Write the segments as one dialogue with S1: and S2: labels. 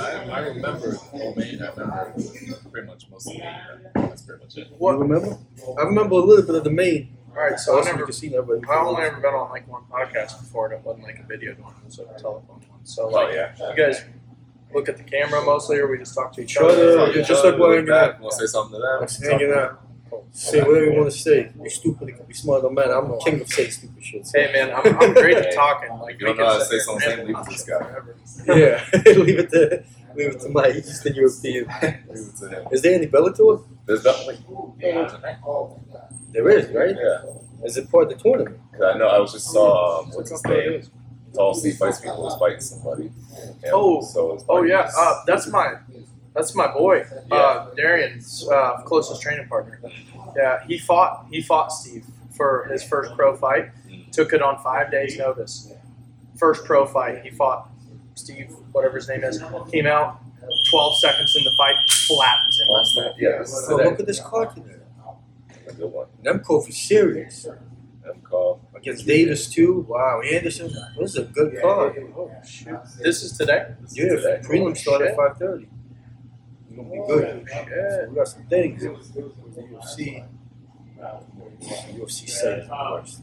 S1: I remember Romaine, I remember pretty much most of the game. That's pretty much it.
S2: What?
S3: You remember?
S2: I remember a little bit of the main.
S3: All right,
S2: I
S3: so I
S2: also
S3: never.
S2: could see that, but
S3: I only ever been on like one podcast before, and it wasn't like a video one; it was a telephone one. So
S1: Oh
S3: like,
S1: yeah.
S3: you guys look at the camera mostly, or we just talk to each
S2: Shut
S3: other.
S2: up. just like what I got.
S1: Wanna say something to
S2: I'm
S1: that?
S2: just hanging out. Say whatever you want to say. Be stupid, it could be smart, no matter. I'm the king of saying stupid shit.
S3: Hey man, I'm, I'm great at talking. Like
S1: If you don't
S3: we
S1: know how
S3: can
S1: to
S3: sit
S1: say
S3: there
S1: something,
S3: and
S1: leave it to this guy.
S3: forever.
S2: yeah, leave it to leave it to my Eastern European.
S1: Leave it to him.
S2: Is there any Bellator?
S1: There's definitely.
S2: There is, right?
S1: Yeah.
S2: Is it part of the tournament?
S1: 'Cause I know. I was just saw um, what's his name? Tall C fights people was fighting somebody. And
S3: Oh.
S1: So it was
S3: Oh
S1: like-
S3: yeah, uh, that's my that's my boy, uh, Darian's uh, closest training partner.
S2: uh,
S3: Yeah, he fought he fought Steve for his first pro fight. Took it on five days' notice. First pro fight, he fought Steve, whatever his name is. Came out twelve seconds in the fight, flattens him.
S1: Last night. Yeah. This is
S2: So
S1: today.
S2: look at this card today.
S1: A good one.
S2: Nemkov is serious
S1: Them call.
S2: against Davis too. Wow, Anderson. This is a good card.
S3: This is today.
S1: This is
S2: Yeah,
S1: today.
S2: prelim start at
S3: Shit.
S2: five thirty. You gonna be good.
S3: Shit.
S2: We got some things. The UFC. UFC said first.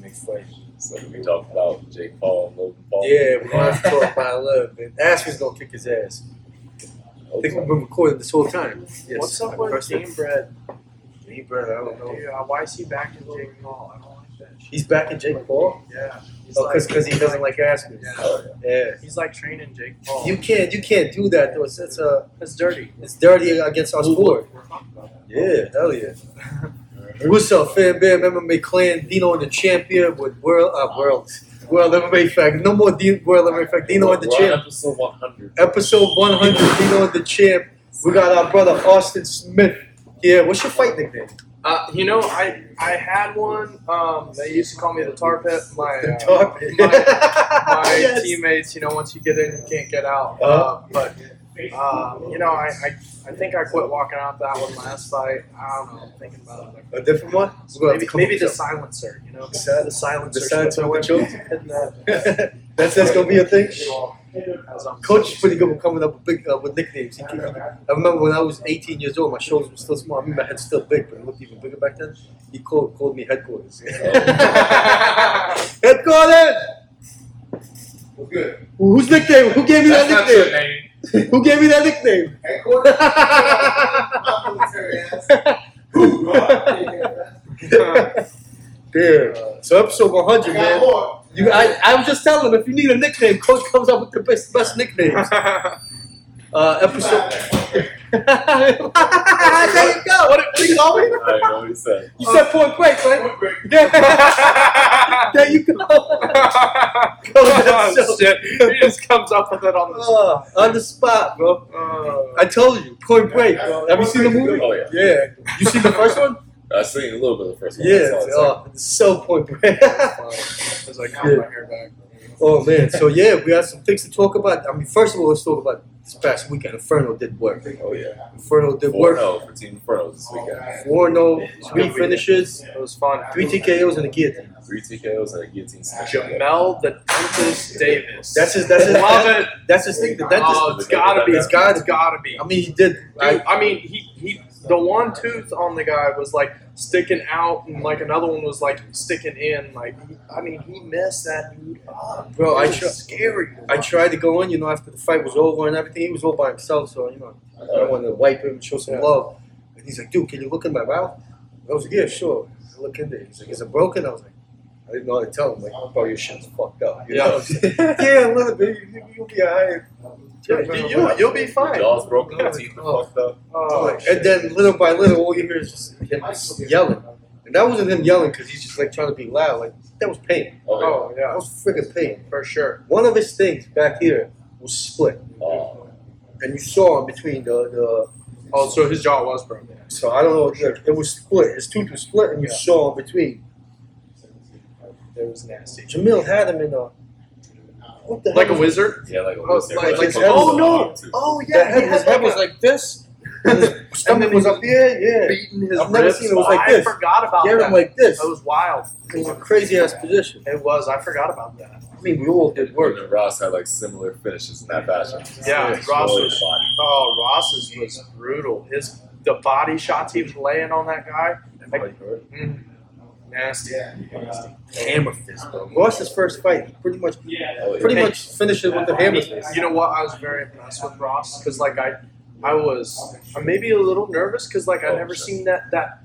S2: Make fights.
S1: So we talked about Jake Paul and Logan Paul.
S2: Yeah, we're gonna have to talk about love, man. Ashley's gonna kick his ass. I think we've been recording this whole time. Yes.
S3: What's up with
S2: First
S3: Game Bread?
S2: Me, brother, I don't know.
S3: Dude, uh, why is he back in Jake Paul? I don't like that. shit.
S2: He's back in Jake Paul?
S3: Yeah. He's
S2: Oh, cause,
S3: like-
S2: 'cause he doesn't like asking.
S3: Yeah.
S1: Oh, yeah.
S2: Yeah.
S3: He's like training Jake Paul.
S2: You can't, you can't do that though. It's, it's, uh,
S3: That's dirty.
S2: it's dirty against our sport. Yeah, hell yeah. What's up, fan bam? MMA clan, Dino and the champion with world, uh, world, world MMA fact. No more D- world MMA fact. Dino and the
S1: We're on
S2: champ.
S1: Episode 100.
S2: Episode 100, Dino and the champ. We got our brother Austin Smith. Yeah, what's your fight nickname?
S3: Uh, you know, I I had one. Um, they used to call me the tar pit. My
S2: The
S3: uh,
S2: tar pit.
S3: my, my
S2: Yes.
S3: teammates. You know, once you get in, you can't get out.
S2: Uh-huh.
S3: Uh, but uh, you know, I, I I think I quit walking out that one last fight. I don't know. I'm thinking about it. Like,
S2: A different one? We're gonna have
S3: maybe
S2: to come
S3: maybe
S2: up
S3: the
S2: with
S3: silencer. You know,
S2: The sil-
S3: the
S2: something.
S3: silencer.
S2: the science of the choke.
S3: Hitting that
S2: that's that's gonna be a thing.
S3: as I'm-
S2: Coach is pretty good with coming up with big uh, with nicknames. He keep- I remember when I was 18 years old, my shoulders were still small. I mean, my head's still big, but it looked even bigger back then. He called called me headquarters. headquarters.
S4: Good.
S2: Who- Whose nickname? Who gave me
S4: That's
S2: that
S4: not your
S2: nickname?
S4: name.
S2: Who gave me that nickname?
S4: Headquarters? My military ass. Ooh, God.
S2: Dude, so episode 100,
S4: I
S2: man.
S4: got more.
S2: You, I, I was just telling him if you need a nickname, Coach comes up with the best best nicknames. Uh, episode. there you go. What, what do you call me?
S1: I know what he said.
S2: You said point break, right?
S4: Quick break.
S2: there you go.
S3: oh, shit. He just comes up with it on the uh,
S2: Oh, on the spot, bro. I told you, point break, bro. Have you seen the movie?
S1: Oh, yeah.
S2: Yeah. You seen the first one?
S1: I seen a little bit of the first one.
S2: Yeah.
S1: That's all
S2: It's, oh, it's so point break.
S3: I was like,
S2: "I want my oh man. So yeah, we have some things to talk about. I mean, first of all, let's talk about this past weekend. Inferno did work.
S3: uh,
S1: it's like. Oh, yeah.
S2: Inferno did
S1: Four
S2: work.
S1: no for Team Inferno this weekend.
S2: Four no, three
S3: Yeah.
S2: finishes,
S3: It was fun.
S2: three TKOs, and a guillotine.
S1: Three TKOs and a guillotine smash.
S3: Jamel the Dentist Davis.
S2: That's his. That's his.
S3: Love it.
S2: That's his thing. The dentist.
S3: Oh, it's gotta be.
S2: It's gotta.
S3: It's gotta be.
S2: I mean, he did.
S3: Dude, I mean, he, he the one tooth on the guy was like sticking out, and like another one was like sticking in. Like, I mean, he messed that dude up.
S2: Bro, I
S3: It was
S2: tr-
S3: scary.
S2: I tried to go in, you know, after the fight was over and everything. He was all by himself, so you know,
S1: Uh,
S2: I wanted to wipe him and show some
S3: Yeah.
S2: love. And he's like, "Dude, can you look in my mouth?" I was like, "Yeah, sure." I look in there. He's like, "Is it broken?" I was like, "I didn't know how to tell him. Like, bro, your shit's fucked up." You know? yeah, a little bit. You- You'll be alright.
S3: Yeah, you- you'll- you'll be fine.
S1: Jaws broken, teeth are fucked up.
S3: Oh,
S2: and then little by little, all you hear is just him yelling. And that wasn't him yelling because he's just like trying to be loud. Like that was pain.
S1: Oh,
S3: oh
S2: That
S3: yeah,
S2: was freaking pain.
S3: for sure.
S2: One of his things back here was split,
S1: yeah. Oh,
S2: and you saw him between the the
S3: Oh, so his jaw was broken.
S2: So I don't know. Like, it was split. His tooth was split, and you
S3: Yeah.
S2: saw in between.
S3: It was nasty.
S2: Jamil had him in a. What the
S3: Like a
S2: hell?
S3: wizard.
S1: yeah, like a
S3: Oh,
S1: wizard.
S3: like-
S2: like-
S1: a
S2: oh,
S3: no!
S1: too.
S3: Oh
S2: The head, his head was like this. and his stomach
S3: then
S2: was
S3: he
S2: up here. Yeah.
S3: his
S2: I've never
S3: ribs.
S2: seen it was like
S3: I
S2: this.
S3: forgot about
S2: He had
S3: that.
S2: him like this.
S3: That was wild.
S2: It was a crazy ass position.
S3: It was. I forgot about that.
S2: I mean, we all did
S1: Work.
S2: work.
S1: And Ross had like similar finishes in that fashion.
S3: Yeah,
S1: Just
S3: Ross
S1: slow
S3: was-
S1: body.
S3: Oh, Ross's was brutal. His the body shots he was laying on that guy,
S1: Everybody hurt.
S3: mm, nasty.
S2: Hammer fist, bro. Ross's first fight, he pretty much,
S1: Oh, yeah.
S2: pretty
S3: Hey.
S2: much finished it with the hammer fist.
S3: You know what? I was very impressed with Ross because, like, I, I was uh, maybe a little nervous because, like, I never seen that that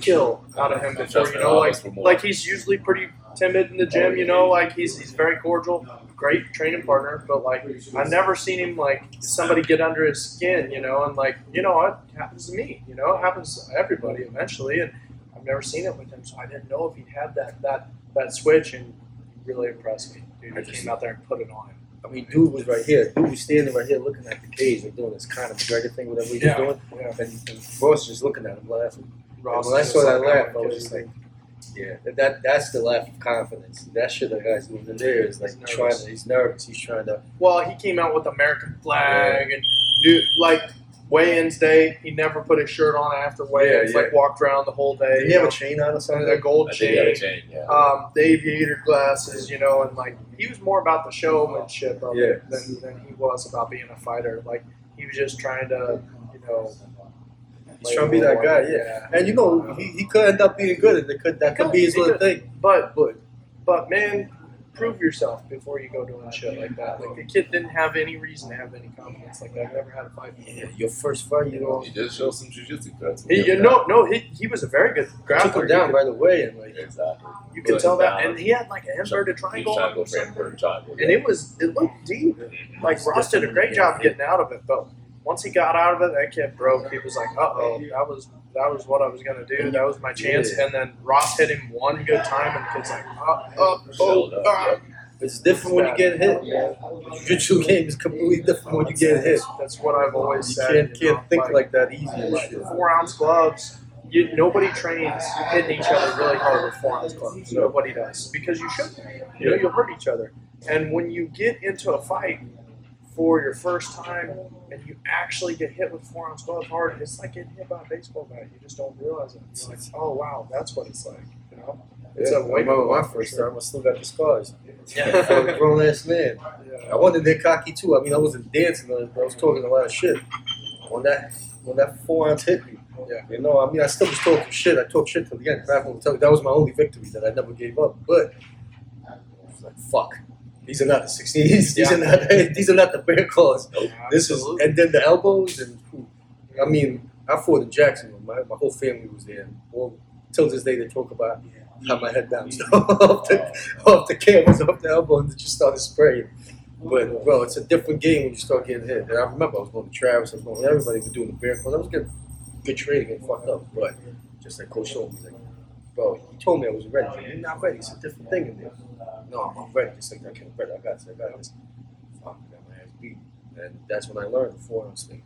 S3: kill out of him before. You know, like, like he's usually pretty timid in the gym. You know, like he's he's very cordial, great training partner. But like, I've never seen him like somebody get under his skin. You know, and like, you know, it happens to me. You know, it happens to everybody eventually. And I've never seen it with him, so I didn't know if he had that that that switch. And he really impressed me, dude. He came out there and put it on him.
S2: I mean, dude was right here. Dude was standing right here looking at the cage, like doing this kind of McGregor thing, whatever he was
S3: Yeah.
S2: doing.
S3: Yeah.
S2: And, and Ross just looking at him laughing.
S3: Ross
S2: when I
S3: is
S2: saw
S3: like,
S2: that
S3: oh,
S2: laugh, I
S3: my
S2: was
S3: goodness.
S2: just like, yeah, that- that that's the laugh of confidence. That shit that guy's doing in there is like
S3: He's
S2: trying.
S3: nervous.
S2: To, he's nervous. He's trying to.
S3: well, he came out with American flag and dude, like weigh-ins day, he never put his shirt on after weigh-ins.
S2: Yeah, yeah.
S3: Like walked around the whole day.
S2: Did he have
S3: you
S2: a chain on or
S3: know,
S2: something?
S3: the gold
S1: I think he had a
S3: chain,
S1: chain, yeah.
S3: um, the aviator glasses, you know, and like he was more about the showmanship of it
S2: Yeah.
S3: than, than he was about being a fighter. Like he was just trying to, you know,
S2: He's trying to be that guy, yeah. And you know, he, he could end up being good, and it could that could be his
S3: He
S2: little
S3: could.
S2: thing.
S3: But but but man, prove yourself before you go doing shit like that. Like the kid didn't have any reason to have any confidence. Like that. never had a fight. before.
S2: Yeah, your first fight, you know,
S1: He did show some jujitsu cuts.
S3: Oh. He, you know, no, he, he was a very good
S2: took
S3: grappler.
S2: him down right away, and like
S1: Exactly.
S3: You could
S1: Put
S3: tell
S1: him
S3: that,
S1: down.
S3: and he had like an inverted
S1: Huge
S3: triangle,
S1: triangle
S3: or
S1: frame
S3: something.
S1: for a triangle.
S3: and it was it looked deep. Like Ross did a great job getting out of it, but once he got out of it, that kid broke. He was like, "Uh oh, that was that was what I was gonna do. That was my chance."
S2: Yeah.
S3: And then Ross hit him one good time, and the kid's like, "Uh oh, oh,
S1: Showed up,
S3: ah."
S2: it's different when you get hit. Jiu-jitsu game is completely different when you get hit.
S3: That's what I've always
S2: You
S3: said.
S2: can't
S3: you know,
S2: can't think
S3: like-
S2: like that easy. and
S3: like
S2: shit.
S3: four ounce gloves. You, nobody trains hitting each other really hard with four ounce gloves.
S2: No.
S3: Nobody does because you should. You know, you'll hurt each other. And when you get into a fight for your first time and you actually get hit with four ounce gloves hard, it's like getting hit by a baseball bat. You just don't realize it. It's like, oh wow, that's what it's like. You know? It's
S2: Yeah,
S3: a wake
S2: I
S3: up
S2: remember my
S3: call for
S2: first
S3: sure.
S2: time. I still got the scars.
S3: Yeah.
S2: I'm a grown ass man.
S3: Yeah.
S2: I wasn't that cocky too. I mean, I wasn't dancing. I was, I was talking a lot of shit. When that when that four ounce hit me,
S3: Yeah.
S2: you know, I mean, I still was talking shit. I talked shit till the end. Crap, I'm telling you, That was my only victory that I never gave up. But I was like, fuck, these are not the 16s. These
S3: Yeah.
S2: are not these are not the bear claws. This is
S3: Absolutely.
S2: and then the elbows and whew, I mean, I fought in Jacksonville. My, my whole family was there. Well, till this day they talk about how my head bounced off the off the canvas, off the elbow, and it just started spraying. But bro, it's a different game when you start getting hit. And I remember I was going to Travis, I was going everybody was doing the bear call. I was getting good training, getting fucked up. But just like Coach told me, he's like, bro, he told me I was ready. I said, You're not ready. It's a different thing in there. No, I'm not ready. It's like okay, I'm ready. I got this. I got this. Fuck, I got my ass beat. And that's when I learned the forearms thing.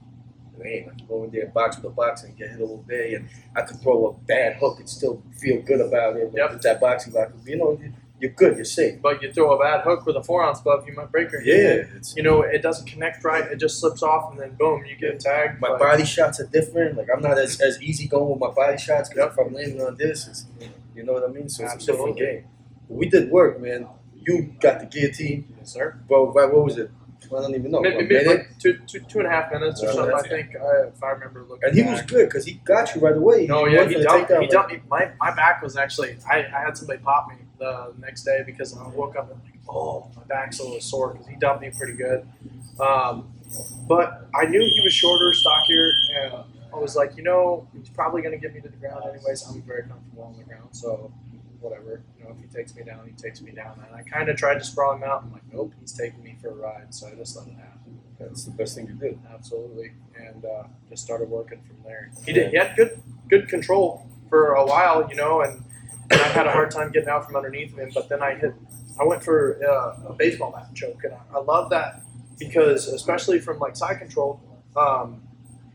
S2: Man, I could go in there and box with a box and get hit all day, and I could throw a bad hook and still feel good about it.
S3: Yep.
S2: With that boxing box, you know, you're good. You're safe.
S3: But you throw a bad hook with a four ounce glove, you might break your hand.
S2: it's
S3: You know, it doesn't connect right. It just slips off, and then boom, you get tagged.
S2: my
S3: but-
S2: body shots are different. Like I'm not as, as easy going with my body shots because if I'm landing on this, it's, you know what I mean. So it's a
S3: Absolutely.
S2: different game. But we did work, man. You got the guillotine,
S3: Yes, sir.
S2: bro. Right, what was it? I don't even know.
S3: Maybe,
S2: a
S3: maybe
S2: minute?
S3: like two, two, two and a half minutes or
S2: Yeah,
S3: something. I
S1: that's it.
S3: think I, if I remember looking.
S2: And he was
S3: back.
S2: good because he got you right away.
S3: No,
S2: He
S3: yeah,
S2: went
S3: he
S2: for the
S3: dumped.
S2: takedown,
S3: He
S2: but-
S3: dumped me. My, my back was actually. I, I had somebody pop me the next day because I woke up and like, oh, my back's a little sore because he dumped me pretty good. Um, but I knew he was shorter, stockier, and I was like, you know, he's probably gonna get me to the ground anyways. I'm very comfortable on the ground, so whatever. You know, if he takes me down, he takes me down. And I kind of tried to sprawl him out. I'm like, nope, he's taking me for a ride. So I just let it happen.
S2: That's the best thing you did.
S3: Absolutely, and uh, just started working from there. He did. He had good, good control for a while, you know, and, and I had a hard time getting out from underneath him. But then I hit. I went for uh, a baseball bat choke, and I, I love that because, especially from like side control. Um,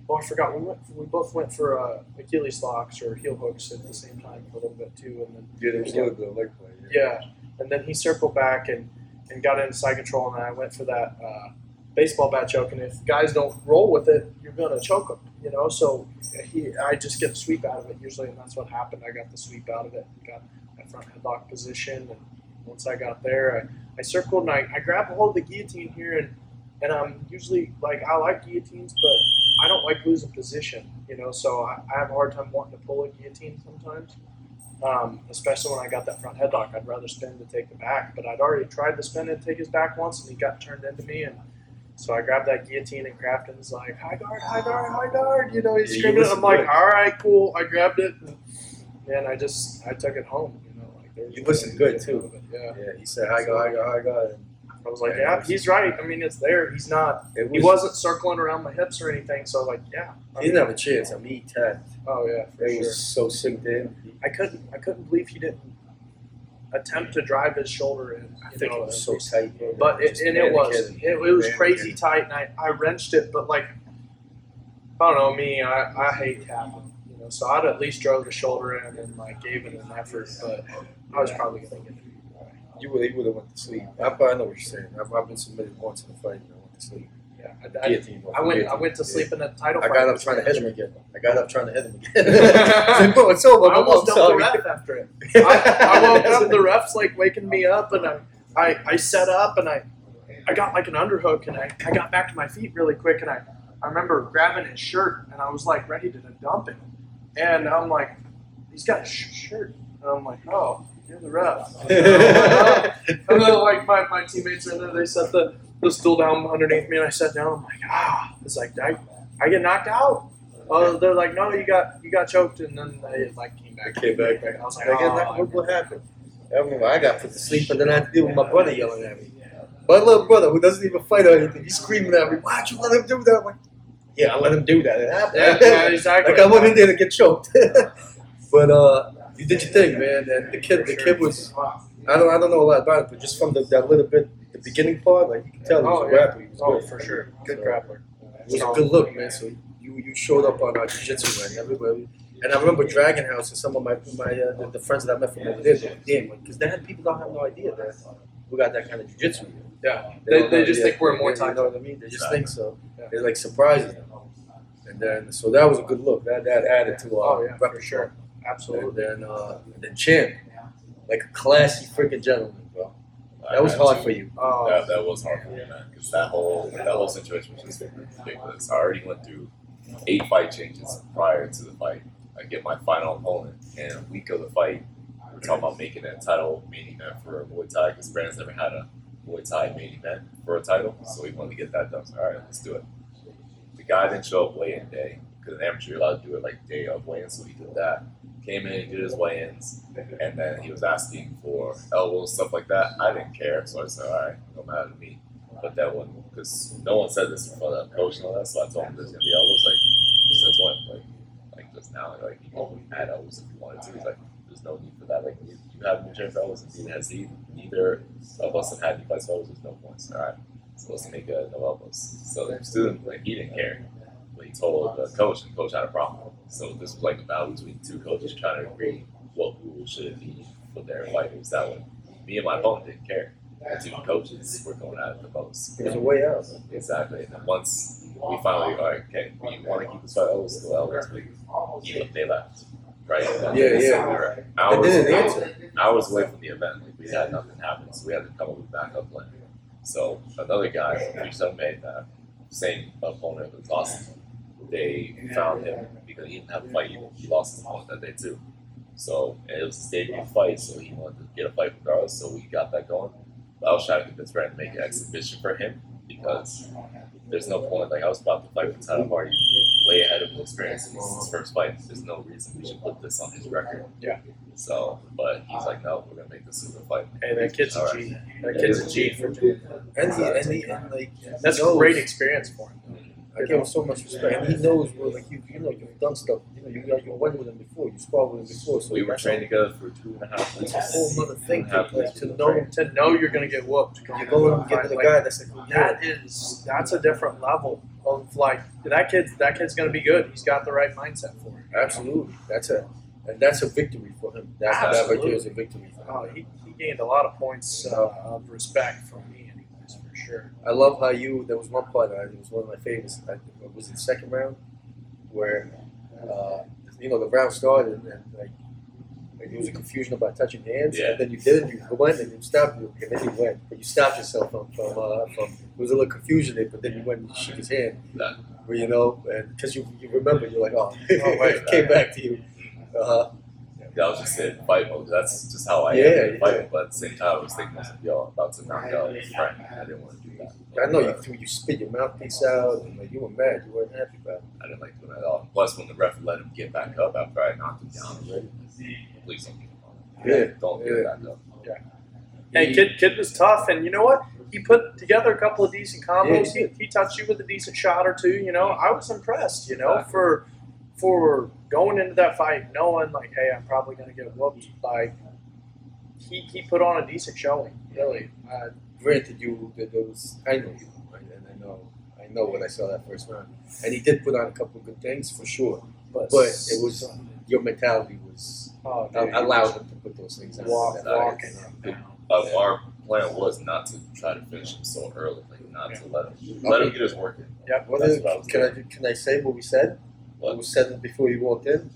S3: oh, I forgot. We went. We both went for uh, Achilles locks or heel hooks at the same time for a little bit too, and then
S2: Yeah, that was good though. Like,
S3: yeah, and then he circled back and, and got into side control, and I went for that uh, baseball bat choke. And if guys don't roll with it, you're gonna choke them, you know. So he, I just get a sweep out of it usually, and that's what happened. I got the sweep out of it, and got that front headlock position, and Once I got there, I, I circled and I, I grabbed a hold of the guillotine here, and and I'm usually like I like guillotines, but I don't like losing position, you know. So I, I have a hard time wanting to pull a guillotine sometimes, um, especially when I got that front headlock. I'd rather spin to take the back, but I'd already tried to spin and take his back once, and he got turned into me and. So I grabbed that guillotine and Crafton's like, high guard, high guard, high guard. You know, he's
S1: Yeah, you
S3: screaming. I'm
S1: listened to
S3: like,
S1: it.
S3: all right, cool. I grabbed it. And I just, I took it home. You know, like there was
S2: You
S3: no
S2: listened
S3: way to
S2: good,
S3: get
S2: too.
S3: out of it, Yeah.
S2: Yeah, he said, "Hi, God, hi, God, hi, God." and
S3: I was like,
S2: Yeah,
S3: yeah,
S2: you
S3: he's right. I mean, it's there. He's not.
S2: It was,
S3: He wasn't circling around my hips or anything. So I was like, yeah. I
S2: He didn't
S3: mean,
S2: have a chance. I mean, he tapped.
S3: Oh yeah, for
S2: They
S3: sure.
S2: was so synced in.
S3: I couldn't. I couldn't believe he didn't attempt to drive his shoulder in.
S2: I
S3: you
S2: think
S3: know,
S2: it was so tight. bro.
S3: But it,
S2: Just
S3: and it was
S2: mannequin.
S3: it, it was
S2: Mannequin.
S3: crazy tight, and I, I wrenched it, but like I don't know me, I, I hate tapping, you know. So I'd at least drove the shoulder in and like gave it an effort, but I was probably gonna get it.
S2: You would, he would have went to sleep. I, I know what you're saying. I've, I've been submitted once in a fight and I went to sleep.
S3: Yeah, I, I,
S2: Guillotine,
S3: I went I
S2: guillotine.
S3: went to sleep in the title.
S2: I
S3: fight.
S2: got up trying to hit him again. I got up trying to hit him again. I said, bro, it's over.
S3: I
S2: Come on,
S3: almost dumped the
S2: sorry."
S3: ref after it. I, I woke up, the ref's like waking me up, and I, I, I set up and I, I got like an underhook, and I, I got back to my feet really quick, and I, I remember grabbing his shirt, and I was like ready to dump him, and I'm like, he's got a sh- shirt, and I'm like, oh, you're the ref. And then like my, my teammates are in there, they set the, the stool down underneath me and I sat down, I'm like, ah it's like I, I get knocked out. Oh they're like, No, you got you got choked and then they like came back.
S2: Came back.
S3: I was like,
S2: Like,
S3: "Oh,
S2: it's like,
S3: I
S2: what, what happened? I remember I got put to sleep, and then I had to deal with my brother yelling at me. My little brother, who doesn't even fight or anything, he's screaming at me, Why'd you let him do that? I'm like, Yeah, I let him do that. It
S3: Yeah,
S2: happened.
S3: yeah, exactly.
S2: like, I went in there to get choked. but uh, you did your thing, man. And the kid, the kid was, I don't, I don't know a lot about it, but just from the, that little bit, the beginning part, like, you can tell he was
S3: Oh,
S2: a
S3: yeah.
S2: rapper. He was
S3: Oh,
S2: good.
S3: for sure. Good
S2: So-
S3: grappler.
S2: It was a good look, man. So you you showed up on our jiu-jitsu, man. Everybody. And I remember Dragon House and some of my my uh, the, the friends that I met from over there. They were, damn, because then people don't have no idea that we got that kind of jiu-jitsu.
S3: Yeah. They,
S2: don't
S3: they
S2: know
S3: just
S2: yet.
S3: think we're more
S2: Yeah, You
S3: time.
S2: know what I mean? They just think so.
S3: Yeah.
S2: They're like surprising. them. And then so that was a good look. That that added to our
S3: Oh yeah, for
S2: repertoire.
S3: sure. Absolutely.
S2: And then uh, and then Champ, like a classy freaking gentleman, bro. That was
S1: I-
S2: hard for you.
S3: Oh
S1: That, that was hard for me, man. Because that whole that whole situation was just ridiculous. I already went through eight fight changes prior to the fight. I get my final opponent, and a week of the fight, we're talking about making that title main event for a Muay Thai because Brandon's never had a Muay Thai main event for a title, so we wanted to get that done. So, all right, let's do it. The guy didn't show up weigh-in day because an amateur you're allowed to do it like day of weigh-in, so he did that. Came in, did his weigh-ins, and then he was asking for elbows, stuff like that. I didn't care, so I said, all right, no matter to me. But that one, because no one said this in front of the coach and all that, so I told him there's gonna be elbows. Like, just that's one, like, like just now, like you can add elbows if you wanted to. He's like, there's no need for that. Like, you, you have your chance for elbows, and neither has he. Neither of us have had any fights for elbows. There's no points. All right, so let's make a no elbows. So the student, like, he didn't care. But he told the coach, and the coach had a problem. So this was like a battle between two coaches trying to agree what rule should be for their fight. It was that one. Me and my opponent didn't care. The two coaches were going at it the most.
S2: It was a way out.
S1: Exactly. And then once we finally are like, okay, we want to keep this fight elbows still elbows, but you know, they left. Right? And
S2: Yeah,
S1: so
S2: yeah.
S1: we were
S2: They
S1: hours,
S2: didn't
S1: hours,
S2: answer.
S1: hours away from the event. Like we had nothing happen, so we had to come up with backup plan. So another guy, reached out made that same opponent was lost. They found him because he didn't have a fight. He, he lost his opponent that day too. So and it was his debut fight, so he wanted to get a fight regardless. So we got that going. But I was trying to convince Brandon to make an exhibition for him because there's no point. Like I was about to fight for title party, way ahead of his experience. This is his first fight. There's no reason we should put this on his record.
S3: Yeah.
S1: So, but he's like, no, we're gonna make this a good fight.
S3: hey that kid's a G. That kid's a G for
S2: And he, and he, and like
S3: that's
S2: he knows.
S3: a great experience for him.
S2: I give him so much respect. And he knows what, like you, you know, you've done stuff. You know, you got you went with him before, you sparred with him before. So
S1: We were
S2: that's
S1: training together for two and a half weeks.
S2: a whole other thing to, like, to
S1: Right.
S2: know.
S3: To know you're gonna get whooped.
S2: You go and get
S3: Like,
S2: with a guy that's like, yeah,
S3: that is that's a different level of like that kid's that kid's gonna be good. He's got the right mindset for it.
S2: absolutely. That's a, and that's a victory for him. That that right there is a victory. For him.
S3: Oh, he, he gained a lot of points uh, of respect from me, anyways, for sure.
S2: I love how you. There was one part I, it was one of my favorites. I, it was in the second round, where uh, you know the round started and like Like, it was a confusion about touching hands,
S1: Yeah.
S2: and then you did it, you went, and you stopped, you, and then you went, but you stopped yourself from from, uh, from it was a little confusion there, but then you went and you shook his hand,
S1: Nah.
S2: Well, you know, and because you, you remember, you're like, oh,
S1: Oh, wait.
S2: it came back to you. Uh-huh.
S1: That was just it, fight mode. That's just how I
S2: Yeah,
S1: am in
S2: yeah.
S1: fight mode. But at the same time, I was thinking, I was like, yo, I'm about to knock out this friend. I didn't want to do that.
S2: I know you threw, you spit your mouthpiece out, and like, you were mad, you weren't happy about
S1: I didn't like doing that at all. Plus, when the ref let him get back up after I knocked him down, I'm like, please don't get him on.
S2: Yeah.
S1: Don't get him back up.
S3: Hey, kid, kid was tough, and you know what? He put together a couple of decent combos.
S2: Yeah.
S3: He, he touched you with a decent shot or two. You know, I was impressed. You know,
S1: Exactly.
S3: for for going into that fight knowing like, hey, I'm probably going to get whooped. Like, he he put on a decent showing. Really, uh,
S2: it. Granted, you that there was, I know you, right? and I know, I know when I saw that first round, and he did put on a couple of good things for sure,
S3: but
S2: but it was your mentality was
S3: oh, dude,
S2: I allowed him to put those things out.
S3: walk,
S1: Nice.
S3: walking.
S1: Uh, Our plan was not to try to finish him so early, like not to let him let him get his work in.
S2: What
S1: That's
S2: is,
S1: what I was
S2: can I do- can I say what we said? What
S1: What?
S2: was said before you walked in?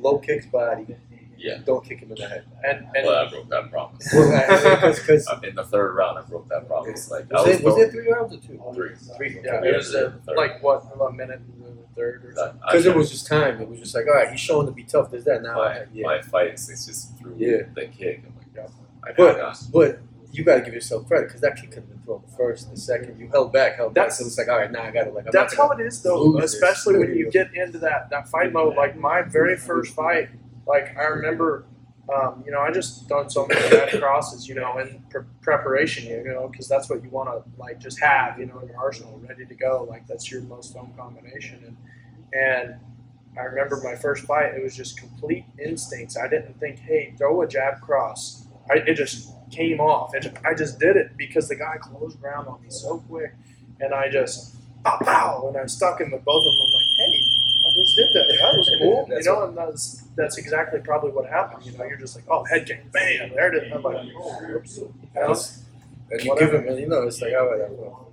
S2: Low kicks body.
S1: Yeah.
S2: Don't kick him in the head.
S3: And and
S1: But I broke that promise.
S2: Because because
S1: I'm in the third round. I broke that promise. Like I
S2: was,
S1: was
S2: it, was
S1: going
S2: it three rounds or two?
S1: three.
S2: Three.
S3: yeah,
S1: Yeah,
S3: it was
S1: the
S3: a,
S1: third.
S3: like what a minute and the third or something.
S2: Because it was just time. It was just like, all right, he's showing to be tough. There's that now.
S1: my,
S2: yeah.
S1: my fights. It's just through
S2: Yeah.
S1: the kick. I'm like, "Oh yo, I
S2: But-
S1: got
S2: But you got to give yourself credit because that kick could have been thrown first and second. You held back, held back.
S3: That's-
S2: So it's like, all right, now I got to like. I'm
S3: That's
S2: not
S3: how it is though,
S2: lose this.
S3: especially when you get into that, that fight mode. Like my very first fight, like I remember, um, you know, I just done so many bad crosses, you know, in pre- preparation, you know, because that's what you want to like just have, you know, in your arsenal, ready to go. Like that's your most known combination, and and I remember my first fight, it was just complete instincts. I didn't think, hey, throw a jab cross. I, it just came off. It ju- I just did it because the guy closed ground on me so quick, and I just pow pow, and I stuck him with both of them. I'm like, hey, I just did that. That was cool, you
S2: That's
S3: know. And that's that's exactly probably what happened. You know, you're just like, oh, head kick, bam, there it is. I'm like, oh, oops. You know?
S2: And you give him, you know, it's like, all right, I will.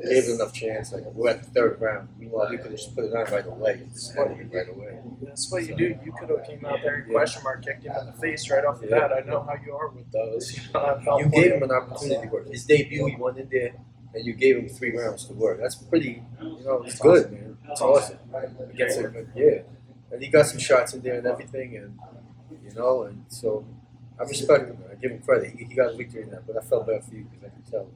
S2: Gave it enough chance. Like we're at the third round. Meanwhile, you could have just put it on right away. It's funny right away.
S3: That's what you do. You could have came out there and question mark kicked him in the face right off the
S2: Yeah.
S3: bat. I know how you are with those. You, know, I felt
S2: You
S3: for
S2: gave
S3: you.
S2: him an opportunity to work. His debut, he went in there, and you gave him three rounds to work. That's pretty, you know, it's good, man. It's awesome. Against a good- yeah. And he got some shots in there and everything, and you know, and so I respect him. I give him credit. He, he got a victory in that, but I felt bad for you because I could tell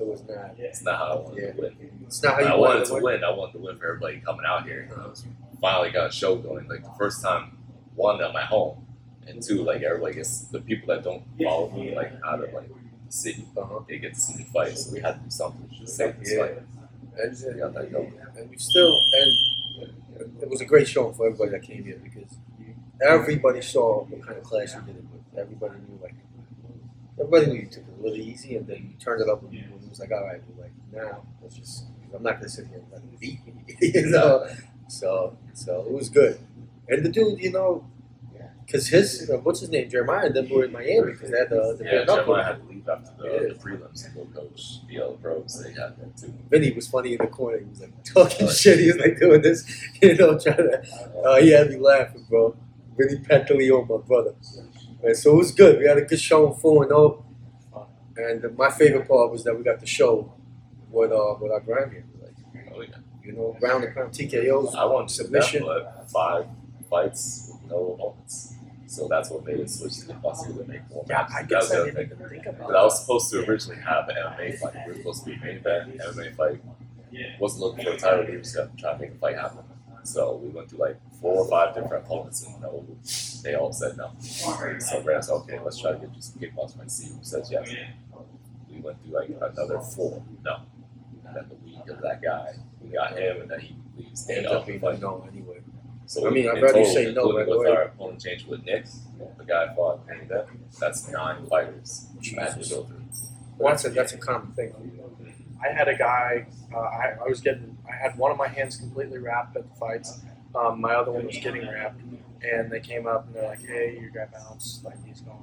S2: it was not.
S1: It's not how I wanted
S2: Yeah.
S1: to win.
S2: It's not
S1: When
S2: how
S1: I
S2: you
S1: wanted
S2: wanted
S1: to win. I wanted to win for everybody coming out here. And I was finally got a show going. Like the first time, one I'm at home, and two like everybody gets the people that don't follow me like out of like the city,
S2: Uh-huh.
S1: they get to see me fight. So we had to do something to save this
S2: Yeah.
S1: fight.
S2: And, uh,
S1: We got that going.
S2: and we still and it was a great showing for everybody that came here because everybody saw what kind of class you did it with. Everybody knew like everybody knew you took it really easy and then you turned it up with people and it was like, all right, we're like now let's just I'm not gonna sit here and let him beat me. you know? So so it was good. And the dude, you know, because his uh, what's his name Jeremiah, and then were in Miami because they had the, the
S1: Yeah,
S2: bare knuckle.
S1: Jeremiah had to leave after the,
S2: Yeah.
S1: the prelims and go coach the other pros. They had that too.
S2: Vinny was funny in the corner. He was like talking shit. He was like doing this, you know, trying to. Uh, he had me laughing, bro. Vinny Pantaleon, my brother. And so it was good. We had a good show in 4 0. oh. And my favorite part was that we got to show what uh, what our grind game was like.
S1: Oh, yeah.
S2: You know, round and round TKOs.
S1: I won
S2: Submission.
S1: submission, but five fights, with no opponents. So that's what made it switch to the possible to make more
S3: Yeah,
S1: matches.
S3: I
S1: That
S3: guess
S1: was the
S3: I
S1: other
S3: didn't
S1: thing.
S3: even think about
S1: But I was supposed to originally have an MMA fight. We were supposed to be main event MMA fight. Wasn't looking for a title. We were just trying to make a fight happen. So we went through like four or five different opponents, and no, they all said no. So Brad said, "Okay, let's try to get just kickbox and see who says yes." We went through like another four. No. And then the week of that guy, we got him, and then he leaves. They
S2: Ended
S1: all
S2: up
S1: fight.
S2: being like, no, anyway.
S1: So
S2: I mean,
S1: in
S2: I'd rather
S1: total,
S2: say no
S1: including
S2: right
S1: with
S2: away.
S1: our opponent change with Nick, the guy I fought and that, that's nine fighters. I had to
S2: Jesus.
S1: go through.
S2: Well, that's, a, that's a common thing.
S3: I had a guy. Uh, I, I was getting. I had one of my hands completely wrapped at the fights. Um, my other one was getting wrapped, and they came up and they're like, "Hey, your guy bounced. Like he's gone.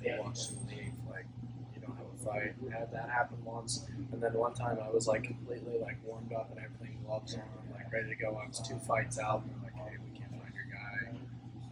S3: He wants to leave. Like you don't have a fight." I had that happen once, and then one time I was like completely like warmed up and everything, gloves on, like ready to go. I was two fights out, and they're like, "Hey, we can't find your guy."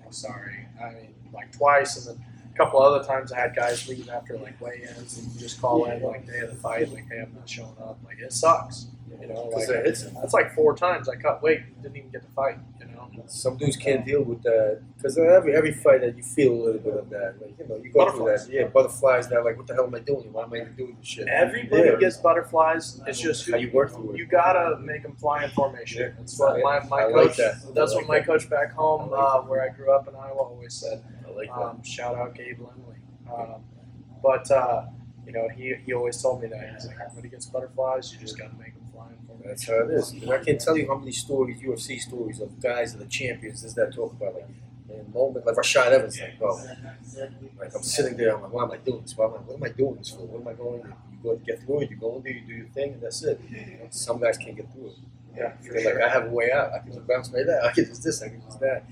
S3: Like, sorry. I mean, like twice, and then a couple other times I had guys leave after like weigh-ins and just call in like day of the fight, like hey, I'm not showing up. Like it sucks, you know. Like
S2: Because it hits him.
S3: that's like four times I cut weight, and didn't even get to fight, you know.
S2: Some dudes can't deal with that because every every fight that you feel a little bit of that, like you know, you go through that.
S3: Butterflies.
S2: Yeah, butterflies. That like, what the hell am I doing? Why am I even doing this shit?
S3: Everybody
S2: Yeah.
S3: gets butterflies. It's just
S2: How
S3: who
S2: you work through it.
S3: You gotta make them fly in formation.
S2: Yeah.
S3: That's what my, my
S2: I like
S3: coach.
S2: that.
S3: That's
S2: I
S3: what
S2: like
S3: my coach back home,
S2: I like
S3: uh, where I grew up in Iowa, always said.
S2: I like that.
S3: Um, shout out Gabe Lindley. Um, but uh, you know, he he always told me that he's like, everybody gets butterflies. You just gotta make them fly in formation.
S2: That's how it is. And I can tell you how many stories, UFC stories of guys that are champions, this that talk about like in a moment like Rashad Evans, like bro, like I'm sitting there, I'm like, why am I doing this? Why am I, what am I doing this for? What am I going? To, you go to get through it. You go and do, you do your thing, and that's it. Some guys can't get through it.
S3: Yeah, for
S2: They're
S3: sure.
S2: like, I have a way out. I can just bounce right that. I can just this. I can just that.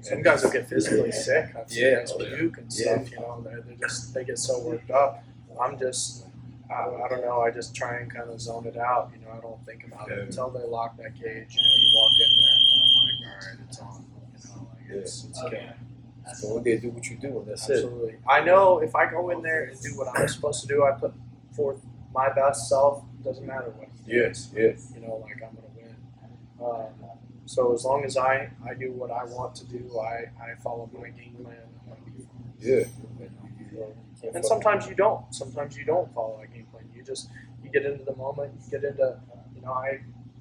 S3: Some guys will get physically sick. I've seen
S2: Yeah.
S3: guys with puke and stuff. You know, they're, they're just they get so worked up. I'm just, I, I don't know. I just try and kind of zone it out. You know, I don't think about
S1: Yeah.
S3: it until they lock that cage. You know, you walk in there and then I'm like, all right, it's on. You know, like it's it's okay.
S2: So one day, do what you do, and that's it.
S3: Absolutely. I know if I go in there and do what I'm supposed to do, I put forth my best self. Doesn't matter what. he
S2: Yes, yes.
S3: you know, like I'm gonna win. Um, so as long as I, I do what I want to do, I, I follow my game plan. I'm gonna be fine.
S2: Yeah.
S3: And sometimes you don't. Sometimes you don't follow a game plan. You just you get into the moment. You get into, you know, I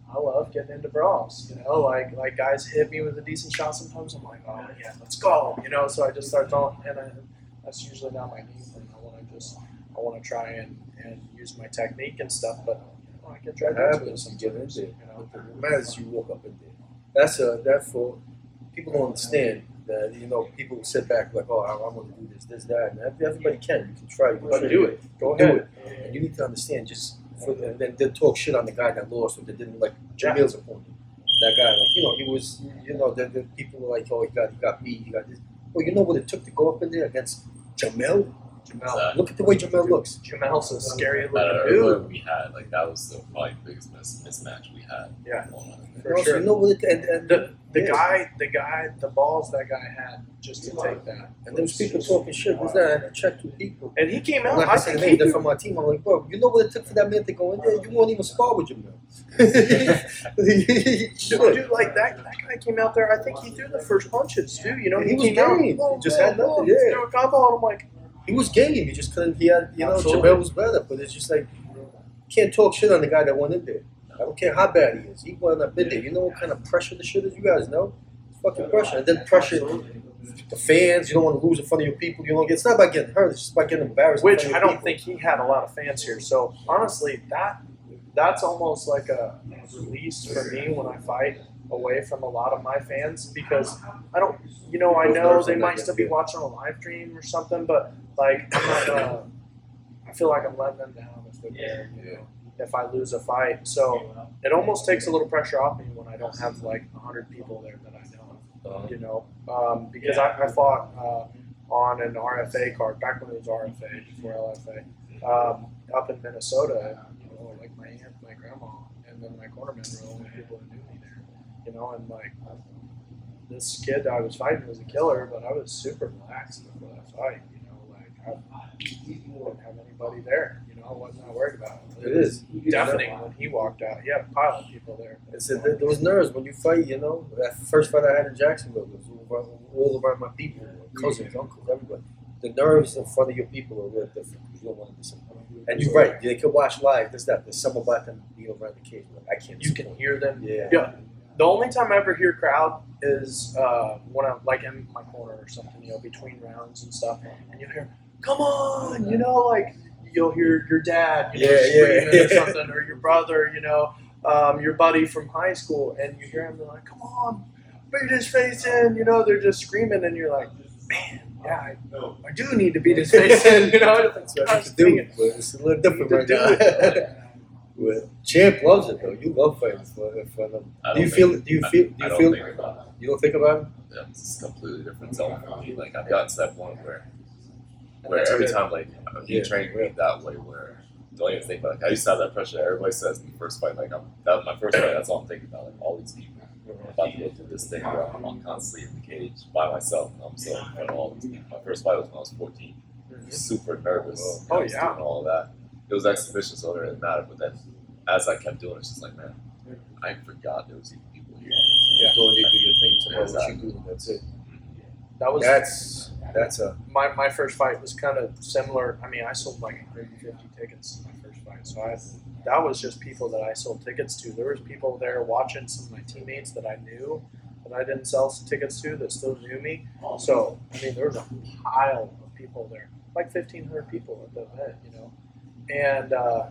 S3: I love getting into brawls. You know, like like guys hit me with a decent shot. Sometimes I'm like, oh yeah, let's go. You know, so I just start throwing, and I, that's usually not my game plan. I want to just I want to try and and use my technique and stuff, but. you know, I get dragged
S2: That
S3: into it
S2: happens. You get
S3: sometimes,
S2: into
S3: you
S2: it.
S3: know.
S2: But It matters you walk up in there. That's a that for people don't understand that you know people sit back like oh I, I want to do this this that and that. everybody can you can try you can
S3: But
S2: try.
S3: do it.
S2: go do it and you need to understand just for, and then they talk shit on the guy that lost or they didn't like Jamil's opponent that guy like you know he was you know the, the people were like oh he got he got beat he got this well you know what it took to go up in there against Jamil
S3: Jamel.
S2: look at the way Jamil looks
S3: Jamel's a scary
S1: Out of
S3: looking dude.
S1: everyone we had, like that was the probably biggest mis- mismatch we had.
S3: Yeah.
S1: Going
S3: For
S2: Also,
S3: sure.
S2: you know what it, and and
S3: The, the
S2: Yeah.
S3: guy, the guy, the balls that guy had just to take that.
S2: And those people talking shit was that I checked two people.
S3: And he came
S2: I'm
S3: out.
S2: not
S3: I
S2: gonna say
S3: think
S2: the
S3: he
S2: name, they're
S3: knew.
S2: from our team. I'm like, bro, you know what it took for that man to go in there? You won't even spar with him now.
S3: Dude, like that, that guy came out there. I think he threw the first punches too. You know,
S2: He
S3: he,
S2: was
S3: came out. oh,
S2: game.
S3: "Whoa,
S2: He just
S3: whoa,
S2: had nothing,
S3: whoa,"
S2: yeah.
S3: threw a combo, and I'm like,
S2: he was game. He just couldn't. He had, you know,
S3: Absolutely.
S2: Jamel was better, but it's just like you can't talk shit on the guy that went in there. I don't care how bad he is. He went up in there. You know what kind of pressure the shit is? You guys know, it's fucking pressure. And then pressure. The fans, you don't want to lose in front of your people. You don't get. It's not about getting hurt. It's just about getting embarrassed. in
S3: which
S2: front of
S3: I
S2: your
S3: don't
S2: people.
S3: think he had a lot of fans here. So honestly, that that's almost like a release for me when I fight away from a lot of my fans because I don't, you know, I know they might still be watching on a live stream or something, but like I'm not gonna. I feel like I'm letting them down if they're there, you know, if I lose a fight. So it almost takes a little pressure off me when I don't have like hundred people there that I know
S1: Uh-huh.
S3: you know, um, because I, I fought uh, on an RFA card back when it was RFA before LFA um, up in Minnesota. You know, like my aunt, my grandma, and then my cornermen were the only people that knew me there. You know, and like this kid that I was fighting was a killer, but I was super relaxed before that fight. You know, like I didn't have anybody there. You know, I wasn't that worried about it.
S2: it is
S3: Deafening when he walked out. Yeah, pile of people there.
S2: It's a, there was nerves when you fight, you know. That first fight I had in Jacksonville was all around, all around my people, cousins, uncles, everybody. The nerves in front of your people are real different. You don't want to disappoint. And you're right. They could watch live. This, that. There's some about them being around the cage. Like, I can't.
S3: You can hear them
S2: Yeah.
S3: Yeah. The only time I ever hear crowd is uh, when I'm like in my corner or something, you know, between rounds and stuff, and you'll hear, "Come on," you know, like you'll hear your dad, you know,
S2: Yeah, yeah,
S3: screaming or
S2: yeah.
S3: something, or your brother, you know, um, your buddy from high school, and you hear him they're like, "Come on, beat his face in," you know, they're just screaming, and you're like, "Man, yeah, I, I do need to beat his face in," you know.
S2: That's what I used to do, but it's a little different right now. Well, Champ loves it though. You love fighting in front in front of him.
S1: I don't
S2: Do you
S1: think-
S2: feel? Do you feel? Do
S1: I
S2: you
S1: don't
S2: feel?
S1: think about it.
S2: You don't think about him?
S1: That was just a completely different zone for me. Like I've gotten to that point where where
S3: That's
S1: every
S3: good.
S1: time like he
S2: Yeah.
S1: trained me that way where don't even think about it. I used to have that pressure that everybody says in the first fight, like I'm that was my first fight, that's all I'm thinking about, like all these people. I'm about to go through this thing where I'm constantly in the cage by myself. And I'm so in front of all these people. My first fight was when I was 14. Super nervous.
S3: Oh,
S1: I was
S3: yeah.
S1: Doing all that. It was exhibition, so it didn't matter. But then, as I kept doing it, it's just like, man, I forgot there was even people here.
S2: You go and you do your thing tomorrow. What you
S1: Exactly.
S2: do, that's it.
S3: That was
S2: That's that's a
S3: my, my first fight was kind of similar. I mean, I sold like 150 tickets to my first fight, so I that was just people that I sold tickets to. There was people there watching some of my teammates that I knew that I didn't sell tickets to that still knew me. So I mean, there was a pile of people there, like 1,500 people at the event, you know. And uh,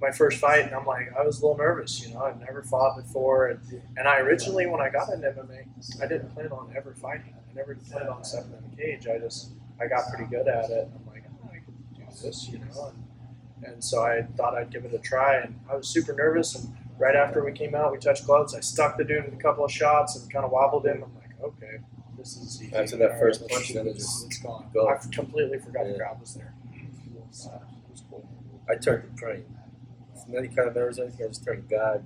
S3: my first fight, and I'm like, I was a little nervous, you know. I've never fought before, and, and I originally, when I got into MMA, I didn't plan on ever fighting. I never planned on stepping in the cage. I just I got pretty good at it. I'm like, oh, I can do this, you know. And, and so I thought I'd give it a try, and I was super nervous. And right after we came out, we touched gloves. I stuck the dude with a couple of shots and kind of wobbled him. I'm like, okay, this is easy.
S2: After that first punch, then it
S3: it's,
S2: just-
S3: it's gone.
S2: go.
S3: I completely forgot the
S2: Yeah. Mm-hmm.
S3: crowd was there. Uh,
S2: I turned to praying. From any kind of nerves, I think I just turned to God.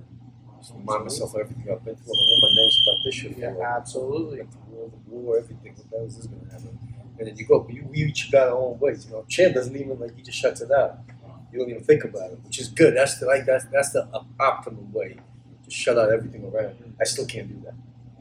S2: Just remind myself of everything I've been through. Like, what am I nervous about this shit?
S3: yeah,
S2: for?
S3: absolutely.
S2: Like the war, the war, everything. What the hell is this gonna happen? And then you go, but you, you each got our own ways. You know, Champ doesn't even like he just shuts it out. You don't even think about it, which is good. That's the like that's that's the op- optimum way. Just shut out everything around. I still can't do that.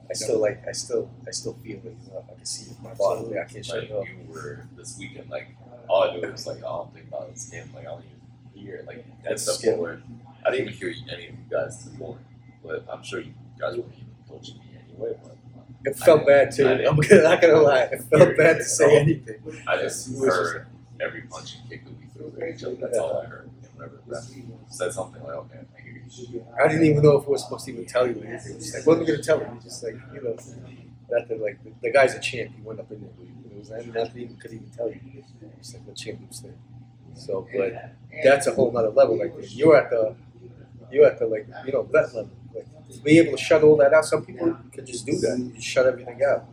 S2: I still like I still I still feel it. You know, I can see it. in My body, I can't shut
S1: Like
S2: it off.
S1: you were this weekend, like all I do was like I don't think about this game, like I don't even hear like that's
S2: That's
S1: the
S2: scary.
S1: forward. I didn't even hear any of you guys this morning, but I'm sure you guys weren't even coaching me anyway. But
S2: It felt bad too.
S1: I didn't-
S2: I'm not gonna lie. It felt
S1: Period.
S2: bad to say anything.
S1: I just
S2: It was just-
S1: heard every punch and kick that we threw at each other. That's all I heard. And whenever that said something like, okay, I hear you.
S2: I didn't even know if we were supposed to even tell you anything. It's like, what am I gonna tell you? Just like, you know, nothing. Like the, the guy's a champ. He went up in there. It was nothing. Even could even tell you. It's like the champ was there. So, but that's a whole nother level. Like you're at the, you're at the like you know vet level. Like to be able to shut all that out. Some people could just do that. You just shut everything out.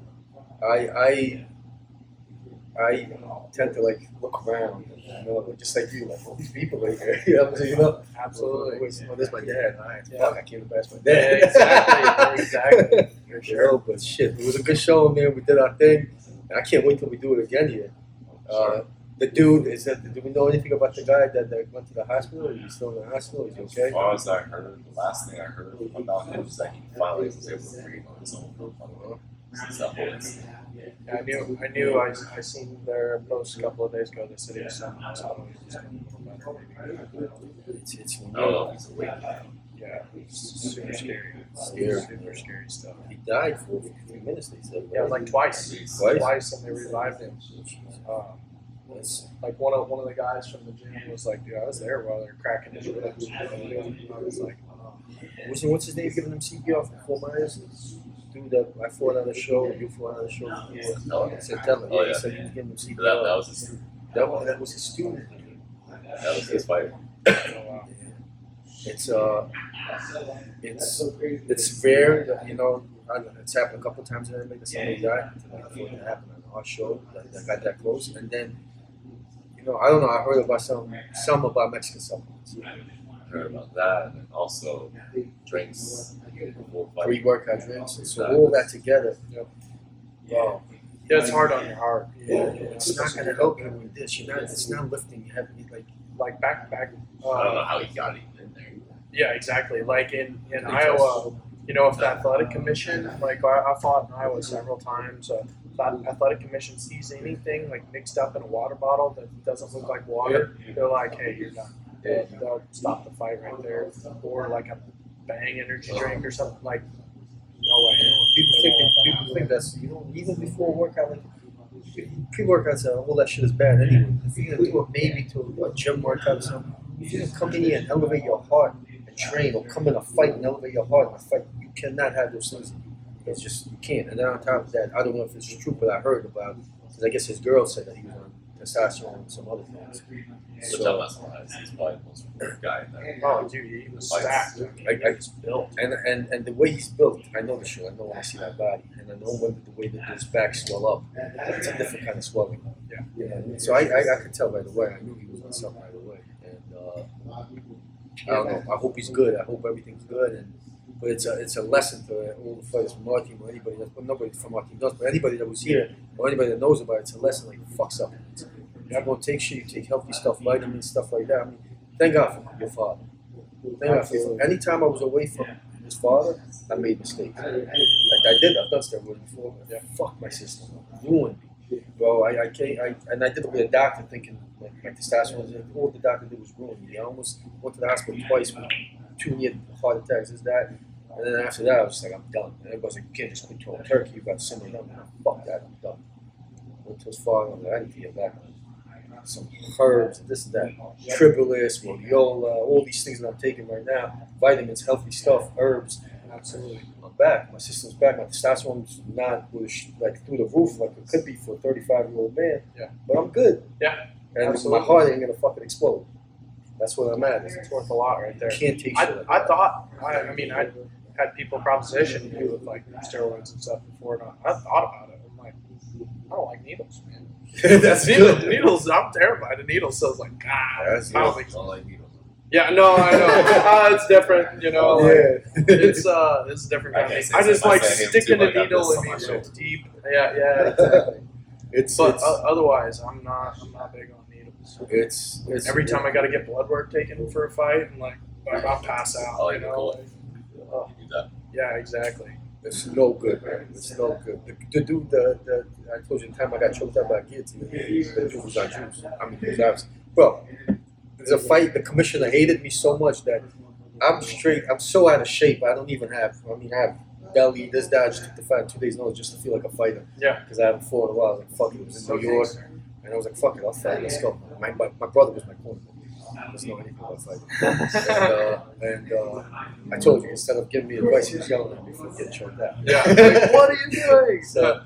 S2: I I I tend to like look around. You know, like, just like you, like all these people right here. You know, what I'm saying? You know?
S3: Absolutely.
S2: Oh, this my dad. All right,
S3: Yeah.
S2: fuck, I can't embarrass my
S3: Yeah,
S2: dad.
S3: exactly. Exactly. For
S2: You
S3: sure.
S2: know, but shit, it was a good show, man. We did our thing. And I can't wait till we do it again here. Uh, the dude is that? Do we know anything about the guy that, that went to the hospital? Is he still in the hospital? Is he
S1: As
S2: okay?
S1: far as I heard, the last thing I heard about him was that he finally was able to breathe on his own profile. Since that whole incident.
S3: I knew. I knew. I, I seen their post a couple of days ago. They said he was something.
S2: It's, it's
S1: I don't know if he's awake now.
S3: Yeah, it was super scary.
S2: Scary.
S3: Super scary stuff.
S2: He died for a few minutes. They said.
S3: Yeah, like twice.
S1: He's-
S2: Twice?
S3: and they revived him. Um, like one of one of the guys from the gym was like, "Dude, I was there while they're cracking his ribs." I was like, oh.
S2: Wasn't what's his name giving him CPR for four miles? Dude, that I fought on the show. You fought on the show.
S1: Oh,
S2: I said, tell him.
S1: Oh,
S2: He
S1: yeah.
S2: said he was giving him
S1: That,
S2: CPR.
S1: that was his,
S2: that, was, that was his student.
S1: that was his fight.
S3: oh, wow.
S2: It's uh, it's it's rare, that, you know. I don't know, It's happened a couple times in MMA that somebody died. Like, for it to happen on our show, like, that got that close, and then, you know, I don't know. I heard about some some about Mexican supplements,
S1: heard about that, and also drinks before
S2: pre
S1: fighting.
S2: workout drinks, and so all that together. Wow,
S3: Yeah, it's hard on your heart.
S2: it's not gonna help you with this. You're not. It's not lifting heavy. Like
S3: Like back, back.
S1: I don't
S3: Uh,
S1: know how he got even in there.
S3: yeah, exactly. Like in in Iowa, you know, if the athletic commission, like I, I fought in Iowa several times, uh, if the athletic commission sees anything like mixed up in a water bottle that doesn't look like water, they're like, hey, you're done. They'll, they'll stop the fight right there. Or like a bang energy drink or something like, no way.
S2: people think people think that's you know even before a workout like pre workouts and all that shit is bad anyway. If you're gonna do it maybe to a gym workout or something, if you're gonna come in here and elevate your heart and train or come in a fight and elevate your heart and fight, you cannot have those things. It's just you can't. And then on top of that, I don't know if it's true, but I heard about because I guess his girl said that he was on testosterone and some other things.
S1: Which I'm
S2: So
S1: not surprised. He's probably the most important guy in there.
S3: Oh, dude, he was stacked.
S2: I, I and and and the way he's built, I know the shit. I know when I see that body, and I know when the way that his back swell up. It's a different kind of swelling.
S3: Yeah.
S2: Yeah. So I, I, I could tell right away. I knew he was on something right away. And uh, I don't know. I hope he's good. I hope everything's good. And But it's a it's a lesson to all the fighters from our team or anybody that well, nobody from our team does, but anybody that was here or anybody that knows about it, it's a lesson like fuck supplements. You're not gonna take shit, you take healthy stuff, vitamins, stuff like that. I mean, thank God for your father. Thank God for your father. Anytime I was away from his father, I made mistakes. Like I did, I've done steroids before. Yeah. Fuck my system, ruined me, bro. I, I can't. I and I did it with a doctor, thinking like my testosterone. was- All the doctor did was ruin me. I almost went to the hospital twice with two near heart attacks. Is that? And then after that, I was just like, I'm done. And everybody's like, you can't just quit cold turkey. You got so much done. Fuck that. I'm done. Went to his father. I'm like, I need to get back. on Some herbs, this and that, tribulus, rhodiola, all these things that I'm taking right now, vitamins, healthy stuff, herbs,
S3: Absolutely.
S2: I'm back. My system's back. My testosterone's not was like through the roof like it could be for a 35 year old man.
S3: Yeah.
S2: But I'm good.
S3: Yeah,
S2: And
S3: absolutely.
S2: my heart ain't gonna fucking explode. That's where I'm at.
S3: It's worth a lot right
S2: You
S3: there.
S2: can't take
S3: I,
S2: shit. like
S3: I
S2: that.
S3: thought, I, I mean, I had people proposition me with like steroids and stuff before, and I, I thought about it. I'm like, I don't like needles, man.
S2: That's
S3: needles,
S2: good.
S3: needles. I'm terrified of needles, so I was like, God,
S2: That's
S3: I don't
S2: good.
S3: think so.
S1: All I need was-
S3: Yeah, no, I know. uh, it's different, you know. like, it's uh, it's a different.
S1: I
S3: Kind of
S1: guess
S3: thing. I
S1: it's
S3: just
S1: like
S3: like
S1: my same
S3: sticking
S1: too,
S3: a
S1: I got
S3: needle
S1: this
S3: in
S1: on my
S3: me so
S1: shoulder.
S3: it's deep. Yeah, yeah.
S2: exactly. It's,
S3: But uh,
S2: it's,
S3: o- otherwise, I'm not. I'm not big on needles.
S2: it's it's
S3: Every time I got to get blood work taken for a fight, and like, I'll pass
S1: Oh,
S3: out. You
S1: you're
S3: know.
S1: cool.
S3: Oh,
S1: you do that.
S3: yeah, exactly.
S2: It's no good, man. It's no good. The, the dude, the, the I told you the time I got choked out by a guillotine, the dude was on juice. I mean, he was obviously- Bro, there's a fight. The commissioner hated me so much that I'm straight. I'm so out of shape. I don't even have. I mean, I have belly, this, that. I just took the fight on two days' notice just to feel like a fighter.
S3: Yeah.
S2: Because I haven't fought in a while. I was like, fuck it. It was in New York. And I was like, fuck it. I'll fight. Let's go. My, my, my brother was my corner. There's no anything about fighting. And, uh, and uh, I told you, instead of giving me advice, he was yelling at me for getting choked out.
S3: Yeah.
S2: Like, what are you doing? So,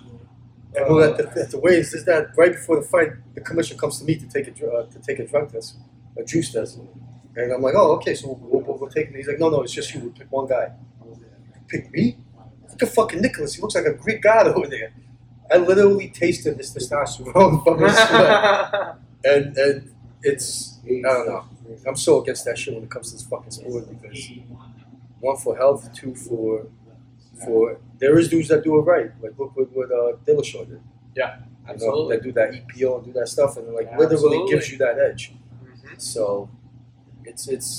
S2: and
S3: Uh,
S2: who at the, at the waves is that right before the fight, the commissioner comes to me to take a dr- uh, to take a drug test, a juice test, and I'm like, oh, okay, so we'll, we'll, we'll take it. He's like, no, no, it's just you. We'll pick one guy. Pick me? Look at fucking Nicholas. He looks like a Greek god over there. I literally tasted his testosterone from his sweat, and and it's I don't know. I'm so against that shit when it comes to this fucking sport because one for health, two for for there is dudes that do it right. Like look what what uh, Dillashaw did.
S3: Yeah,
S2: I know
S3: absolutely.
S2: that do that EPO and do that stuff, and like
S3: Yeah,
S2: literally
S3: absolutely.
S2: gives you that edge.
S3: Mhm.
S2: So it's it's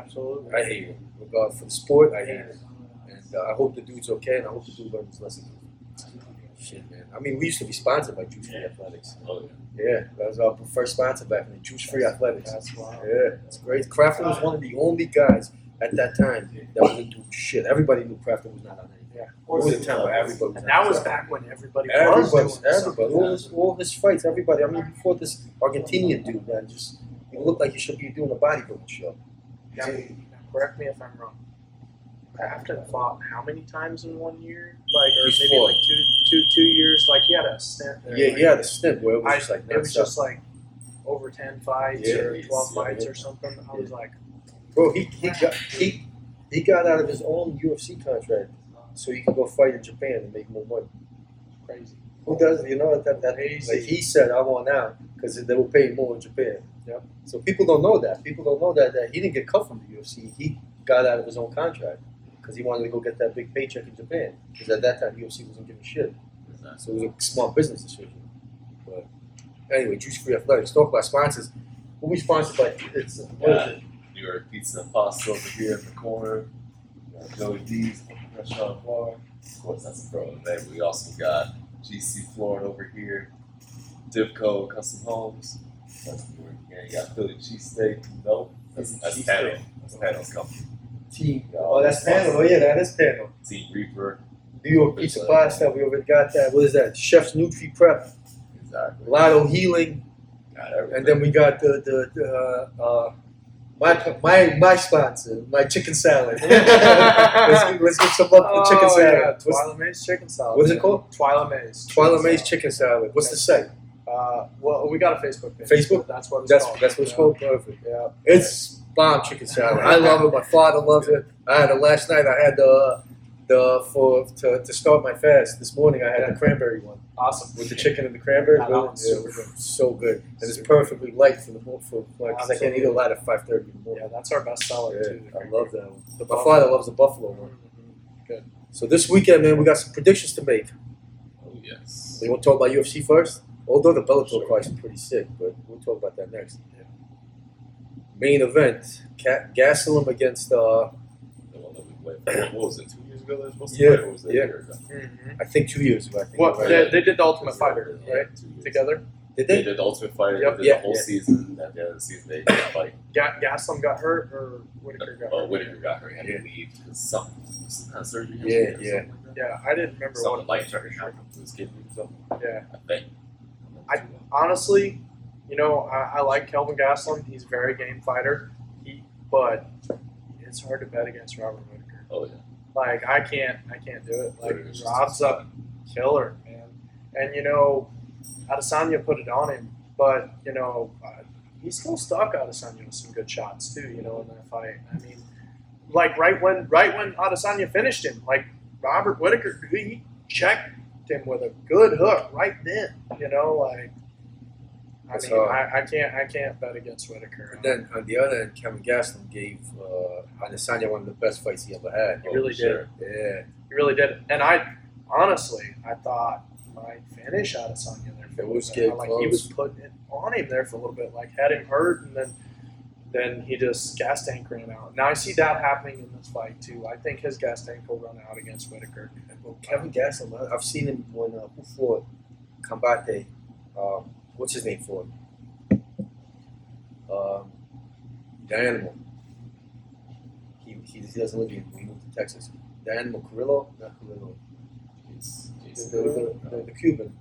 S3: Absolutely.
S2: I hate it. Regard for the sport, I hate it, and uh, I hope the dude's okay, and I hope the dude learns his lesson. Shit, man. I mean, we used to be sponsored by Juice Free Athletics.
S1: Oh, yeah.
S2: Yeah, that was our first sponsor back then, Juice Free Athletics.
S3: That's why.
S2: Yeah, it's great. Crafton was one of the only guys at that time that wouldn't do shit. Everybody knew Crafton was not on anything.
S3: Yeah.
S2: It was a time where everybody was
S3: And
S2: on
S3: that was
S2: anything.
S3: back when everybody was doing
S2: Everybody,
S3: something.
S2: everybody, all his, all his fights, everybody. I mean, before this Argentinian dude, man, just he looked like he should be doing a bodybuilding show.
S3: Now, now correct me if I'm wrong. Crafton fought how many times in one year? Like, or
S2: He's
S3: maybe
S2: fought.
S3: like two, two, two years. Like he had a stint. There.
S2: Yeah,
S3: like,
S2: he had a stint where it was
S3: I-
S2: just like uh,
S3: It was
S2: nonstop.
S3: just like over ten fights
S2: Yeah,
S3: or
S1: he's-
S3: twelve
S1: yeah,
S3: fights
S2: yeah.
S3: or something. I was like,
S2: Bro, he he got he he got out of his own UFC contract so he could go fight in Japan and make more money.
S3: crazy.
S2: Who does you know that that
S3: Crazy.
S2: like he said I want out because they will pay more in Japan.
S3: Yep.
S2: So people don't know that. People don't know that that he didn't get cut from the UFC. He got out of his own contract because he wanted to go get that big paycheck in Japan. Because at that time UFC wasn't giving a shit. So it was a smart business decision. But anyway, Juice Free Athletics. Talk about sponsors. Who we sponsored by? It's what is it?
S1: New York Pizza and Pasta over here in the corner. We got Joey D's restaurant bar. Of course, that's a pro and then We also got GC Flooring over here. Divco Custom Homes. That's New York. Yeah, you got Philly Cheesesteak. Nope. That's, that's
S2: Cheesesteak.
S1: Pano. That's Pano's company.
S2: Team.
S1: Yeah,
S2: Oh, that's panel. Oh yeah, that is panel.
S1: Team Reaper.
S2: New York pizza pasta. We already got that. What is that? Chef's Nutri Prep.
S1: Exactly.
S2: Lotto Healing.
S1: Got everything.
S2: And then we got the the, the uh, uh, my my my sponsor, my chicken salad. let's, get, let's get some love for the chicken
S3: Oh,
S2: salad.
S3: yeah,
S2: What's,
S3: Twyla Mays chicken salad.
S2: what is it called?
S3: Twyla Mays.
S2: Twyla
S3: chicken
S2: May's
S3: salad.
S2: chicken salad. What's the site?
S3: Uh, well, we got a Facebook page.
S2: Facebook?
S3: That's what it's
S2: That's
S3: called.
S2: that's what it's called. Perfect.
S3: Yeah.
S2: It's bomb chicken salad. I love it. My father loves it. I had it last night. I had the the for to, to start my fast. This morning I had the cranberry one
S3: Awesome.
S2: with the chicken and the cranberry.
S3: That
S2: Really,
S3: one's
S2: so,
S3: super good.
S2: so good. And it's perfectly light for the mo- for because I can't eat a
S3: Absolutely.
S2: lot at five thirty in the morning.
S3: Yeah, that's our best seller
S2: Yeah,
S3: too.
S2: I love that one.
S3: The
S2: My father loves the buffalo one.
S3: Mhm. Good.
S2: So this weekend, man, we got some predictions to make.
S1: Oh, yes.
S2: We want to talk about UFC first, although the Bellator card's pretty sick, but we'll talk about that next. Main event: Ca Gaslam against uh,
S1: The one that we played. What was it? Two years ago? They were supposed to
S2: Yeah,
S1: play, or was it a
S2: yeah.
S1: year ago?
S3: Mhm.
S2: I think two years ago. I think
S3: What
S2: right?
S3: they, they did the Ultimate Fighter
S1: Yeah,
S3: right
S1: two years.
S3: together.
S2: Did
S1: They
S2: they?
S1: did the Ultimate Fighter.
S3: Yep.
S1: They did
S2: Yeah,
S1: the whole
S2: yeah.
S1: season. At the end of the season, they did like
S3: Ga- Gaslam got hurt or Whitaker got
S1: uh,
S3: hurt.
S1: Whitaker got her had
S2: Yeah.
S1: to leave because something, some kind of surgery.
S2: Yeah,
S1: or something
S2: yeah.
S1: like that.
S3: Yeah, I didn't remember
S1: Something
S3: what.
S1: life threatening happened to his kidney. So
S3: Yeah.
S1: I think.
S3: honestly, you know, I, I like Kelvin Gastelum. He's a very game fighter. He, but it's hard to bet against Robert Whitaker.
S1: Oh yeah.
S3: Like I can't, I can't do it. Like
S1: Whitaker's just-
S3: Rob's a killer, man. And you know, Adesanya put it on him, but you know, uh, he still stuck Adesanya with some good shots too. You know, in that fight. I mean, like right when right when Adesanya finished him, like Robert Whitaker, he checked him with a good hook right then. You know, like I
S2: That's
S3: mean,
S2: hard.
S3: I, I can't I can't bet against Whitaker.
S2: And then on the other end, Kevin Gaslam gave uh, Adesanya one of the best fights he ever had.
S1: Oh,
S3: really
S1: sure.
S2: Yeah.
S3: he really did, and I honestly I thought he might finish Adesanya there. For a
S2: It
S3: little
S2: was
S3: bit.
S2: getting
S3: like he
S2: close.
S3: was putting it on him there for a little bit, like had him hurt, and then then he just gas tank ran out. Now I see that happening in this fight too. I think his gas tank will run out against Whitaker.
S2: Well, Kevin Gaslam, I- I've seen him when uh, who fought Combate. Um, what's his name for? Um, the animal. He, he, he doesn't live here. He moved to Texas. The animal Carrillo, not Carrillo.
S1: It's,
S2: The,
S1: it's,
S2: the- the- the Cuban.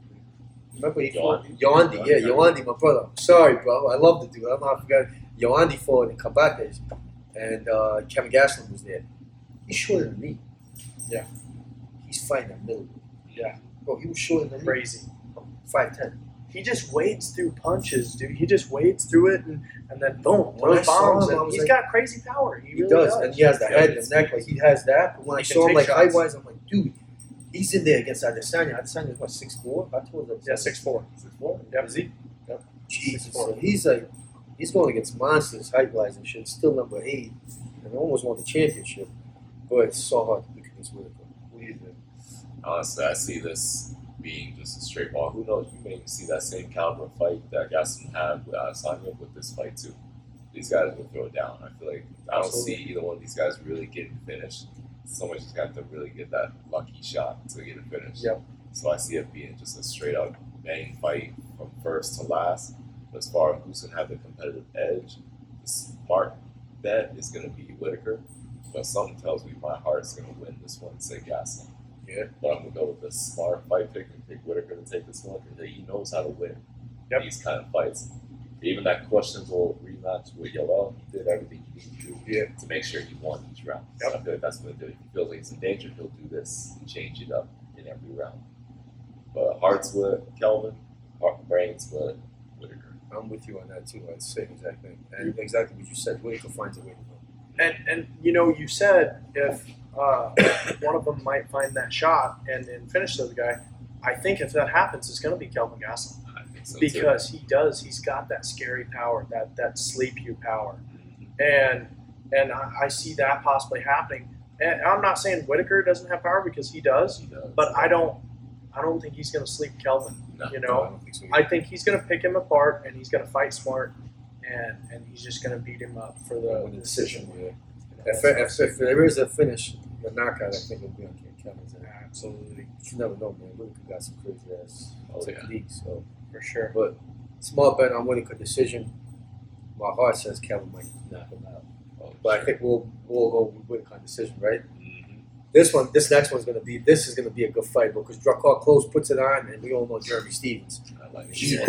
S2: Remember he fought
S1: Yoandi.
S2: Yoandi, yeah, Yoandi, my brother. I'm sorry, bro. I love the dude. I'm not forgot Yoandi fought in Combate, and uh, Kevin Gaslam was there. He's shorter than me.
S3: Yeah.
S2: He's fighting a middle.
S3: Yeah.
S2: Bro, he was shorter than me.
S3: Crazy.
S2: Five ten.
S3: he just wades through punches, dude. He just wades through it and, and then boom,
S2: When I
S3: those bombs.
S2: saw him, I
S3: and
S2: was
S3: He's
S2: like-
S3: got crazy power. He,
S2: He,
S3: really
S2: does, and he has the
S1: Yeah,
S2: head and
S1: it's-
S2: the neck. Like he has that. But when
S3: He
S2: I
S3: can
S2: saw him
S3: take
S2: like
S3: shots.
S2: height wise, I'm like, dude, he's in there against Adesanya. Adesanya's what six four? I told him.
S3: Yeah, six four.
S1: it's more.
S3: Yep. Is he?
S2: Jesus,
S3: 6'4".
S2: so he's like, he's going against monsters height wise and shit. Still number eight, and almost won the championship. But it's so hard to pick against Whitaker. What do you think?
S1: Honestly, I see this being just a straight ball. Who knows? You may even see that same caliber of fight that Gaston had with Adesanya with this fight too. These guys will throw it down. I feel like I don't see either one of these guys really getting finished. Someone just got to really get that lucky shot to get it finished.
S3: Yep.
S1: So I see it being just a straight up bang fight from first to last. As far as who's gonna have the competitive edge, the smart bet is gonna be Whitaker. But something tells me my heart's gonna win this one. Say Gaston.
S2: Yeah.
S1: But I'm gonna go with the smart fight pick and pick Whitaker to take this one because he knows how to win
S3: Yep.
S1: these kind of fights. Even that questionable rematch with Yoel, he did everything he needed to do
S2: Yeah.
S1: to make sure he won each round. So I feel like that's what he'll do. If he feels like he's in danger, he'll do this and change it up in every round. But hearts with Kelvin, heart, brains with Whitaker.
S2: I'm with you on that too. I'd say the exact thing, and exactly what you said. Whitaker finds a way to win.
S3: And and you know, you said if uh, one of them might find that shot and then finish the other guy, I think if that happens, it's going to be Kelvin Gastelum
S1: I think so
S3: because he does. He's got that scary power, that that sleep you power.
S1: too. Mhm.
S3: and and I, I see that possibly happening. And I'm not saying Whitaker doesn't have power because he does,
S1: He does.
S3: but I don't I don't think he's going to sleep Kelvin.
S1: No.
S3: You
S2: No, I
S3: know,
S2: don't think so.
S3: I think he's going to pick him apart and he's going to fight smart, and and he's just going to beat him up for the,
S2: With the decision. Yeah.
S3: You know,
S2: If, if, if there is a finish, a knockout, I think it'll be on Kevin's end.
S3: absolutely
S2: But you never know, man. Whitaker got some crazy ass
S1: Oh, yeah.
S2: techniques. So
S3: for sure.
S2: But small bet on Whitaker decision. My heart says Kevin might knock him out,
S1: Oh,
S2: but I
S1: sure.
S2: think we'll we'll go with Whitaker on decision, right?
S1: Mhm.
S2: This one, this next one's gonna be this is gonna be a good fight because Drakkar Close puts it on, and we all know Jeremy Stevens.
S1: I like it.
S2: He's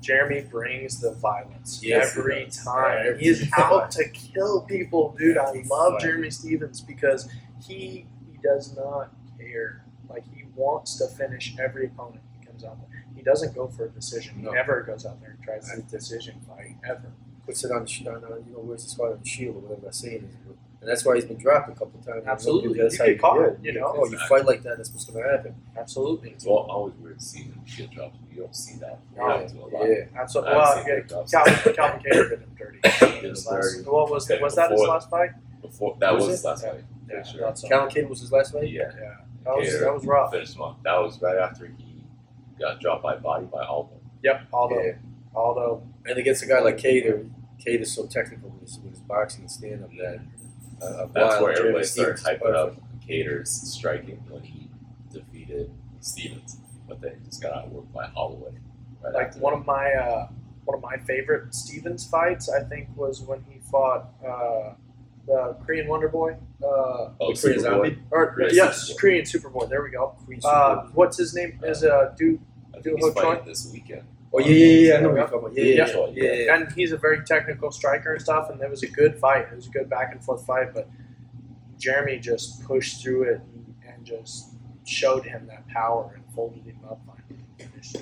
S3: Jeremy brings the violence
S2: Yes, he
S3: every
S1: does.
S3: time.
S2: Every
S3: he is
S2: time.
S3: out to kill people, dude. I
S2: Every
S3: love
S2: time.
S3: Jeremy Stevens because he he does not care. Like he wants to finish every opponent he comes out there. He doesn't go for a decision.
S2: No.
S3: He never goes out there and tries a decision fight ever.
S2: puts it on the sh- on, uh, you know where's his heart on the shield or whatever that saying is, bro. and that's why he's been dropped a couple times. And
S3: Absolutely.
S2: nobody- that's
S3: You
S2: how
S3: get
S2: do
S3: caught,
S2: it.
S3: you
S2: get
S3: know?
S2: caught. you
S1: Exactly.
S2: fight like that, that's what's gonna happen.
S3: Absolutely.
S1: It's all, always weird to see him get drops. You don't see that. happen to a lot.
S2: yeah.
S3: Absolutely.
S1: I've
S3: Well,
S1: seen
S3: yeah,
S1: good jobs.
S3: Calvin, Calvin Cater did him dirty.
S1: Did him
S3: His last-
S1: dirty.
S3: What was that?
S1: And
S3: Was that his
S1: before-
S3: last fight?
S1: before that
S2: Was
S1: was,
S2: it?
S1: last fight.
S3: Yeah,
S1: for sure.
S3: that's all.
S2: Callum Cable was his last fight.
S1: Yeah,
S3: Yeah, that was that was rough.
S1: finished him off. That was right after he got dropped by body by Alba.
S3: Yep, Aldo,
S2: Yeah.
S3: Aldo.
S2: And against a guy like Cater, Cater's so technical with his, with his boxing and stand up that. Uh, a
S1: That's
S2: wild
S1: where
S2: Jeremy
S1: everybody started
S2: Stevens is
S1: hyping up
S2: perfect.
S1: Cater's striking when he defeated Stevens, but then he just got outworked by Holloway. Right
S3: Like
S1: after.
S3: one of my uh, one of my favorite Stevens fights, I think, was when he fought uh, the Korean Wonder Boy. Uh,
S1: oh,
S2: the Korean
S1: Superboy.
S2: Zombie?
S3: or
S1: Yeah,
S3: yes,
S1: Superboy.
S3: Korean Superboy. There we go.
S2: Queen
S3: Uh,
S2: Superboy.
S3: what's his name? Is uh, dude,
S1: I
S3: Do
S1: think he's
S3: Ho
S1: fighting this weekend.
S2: Oh yeah, yeah, yeah. I know
S3: Yeah.
S2: what you're talking about. Yeah, yeah,
S1: Yeah.
S2: yeah. yeah, yeah.
S3: and he's a very technical striker and stuff. And it was a good fight. It was a good back and forth fight, but Jeremy just pushed through it and, and just showed him that power and folded him up. finally. And just-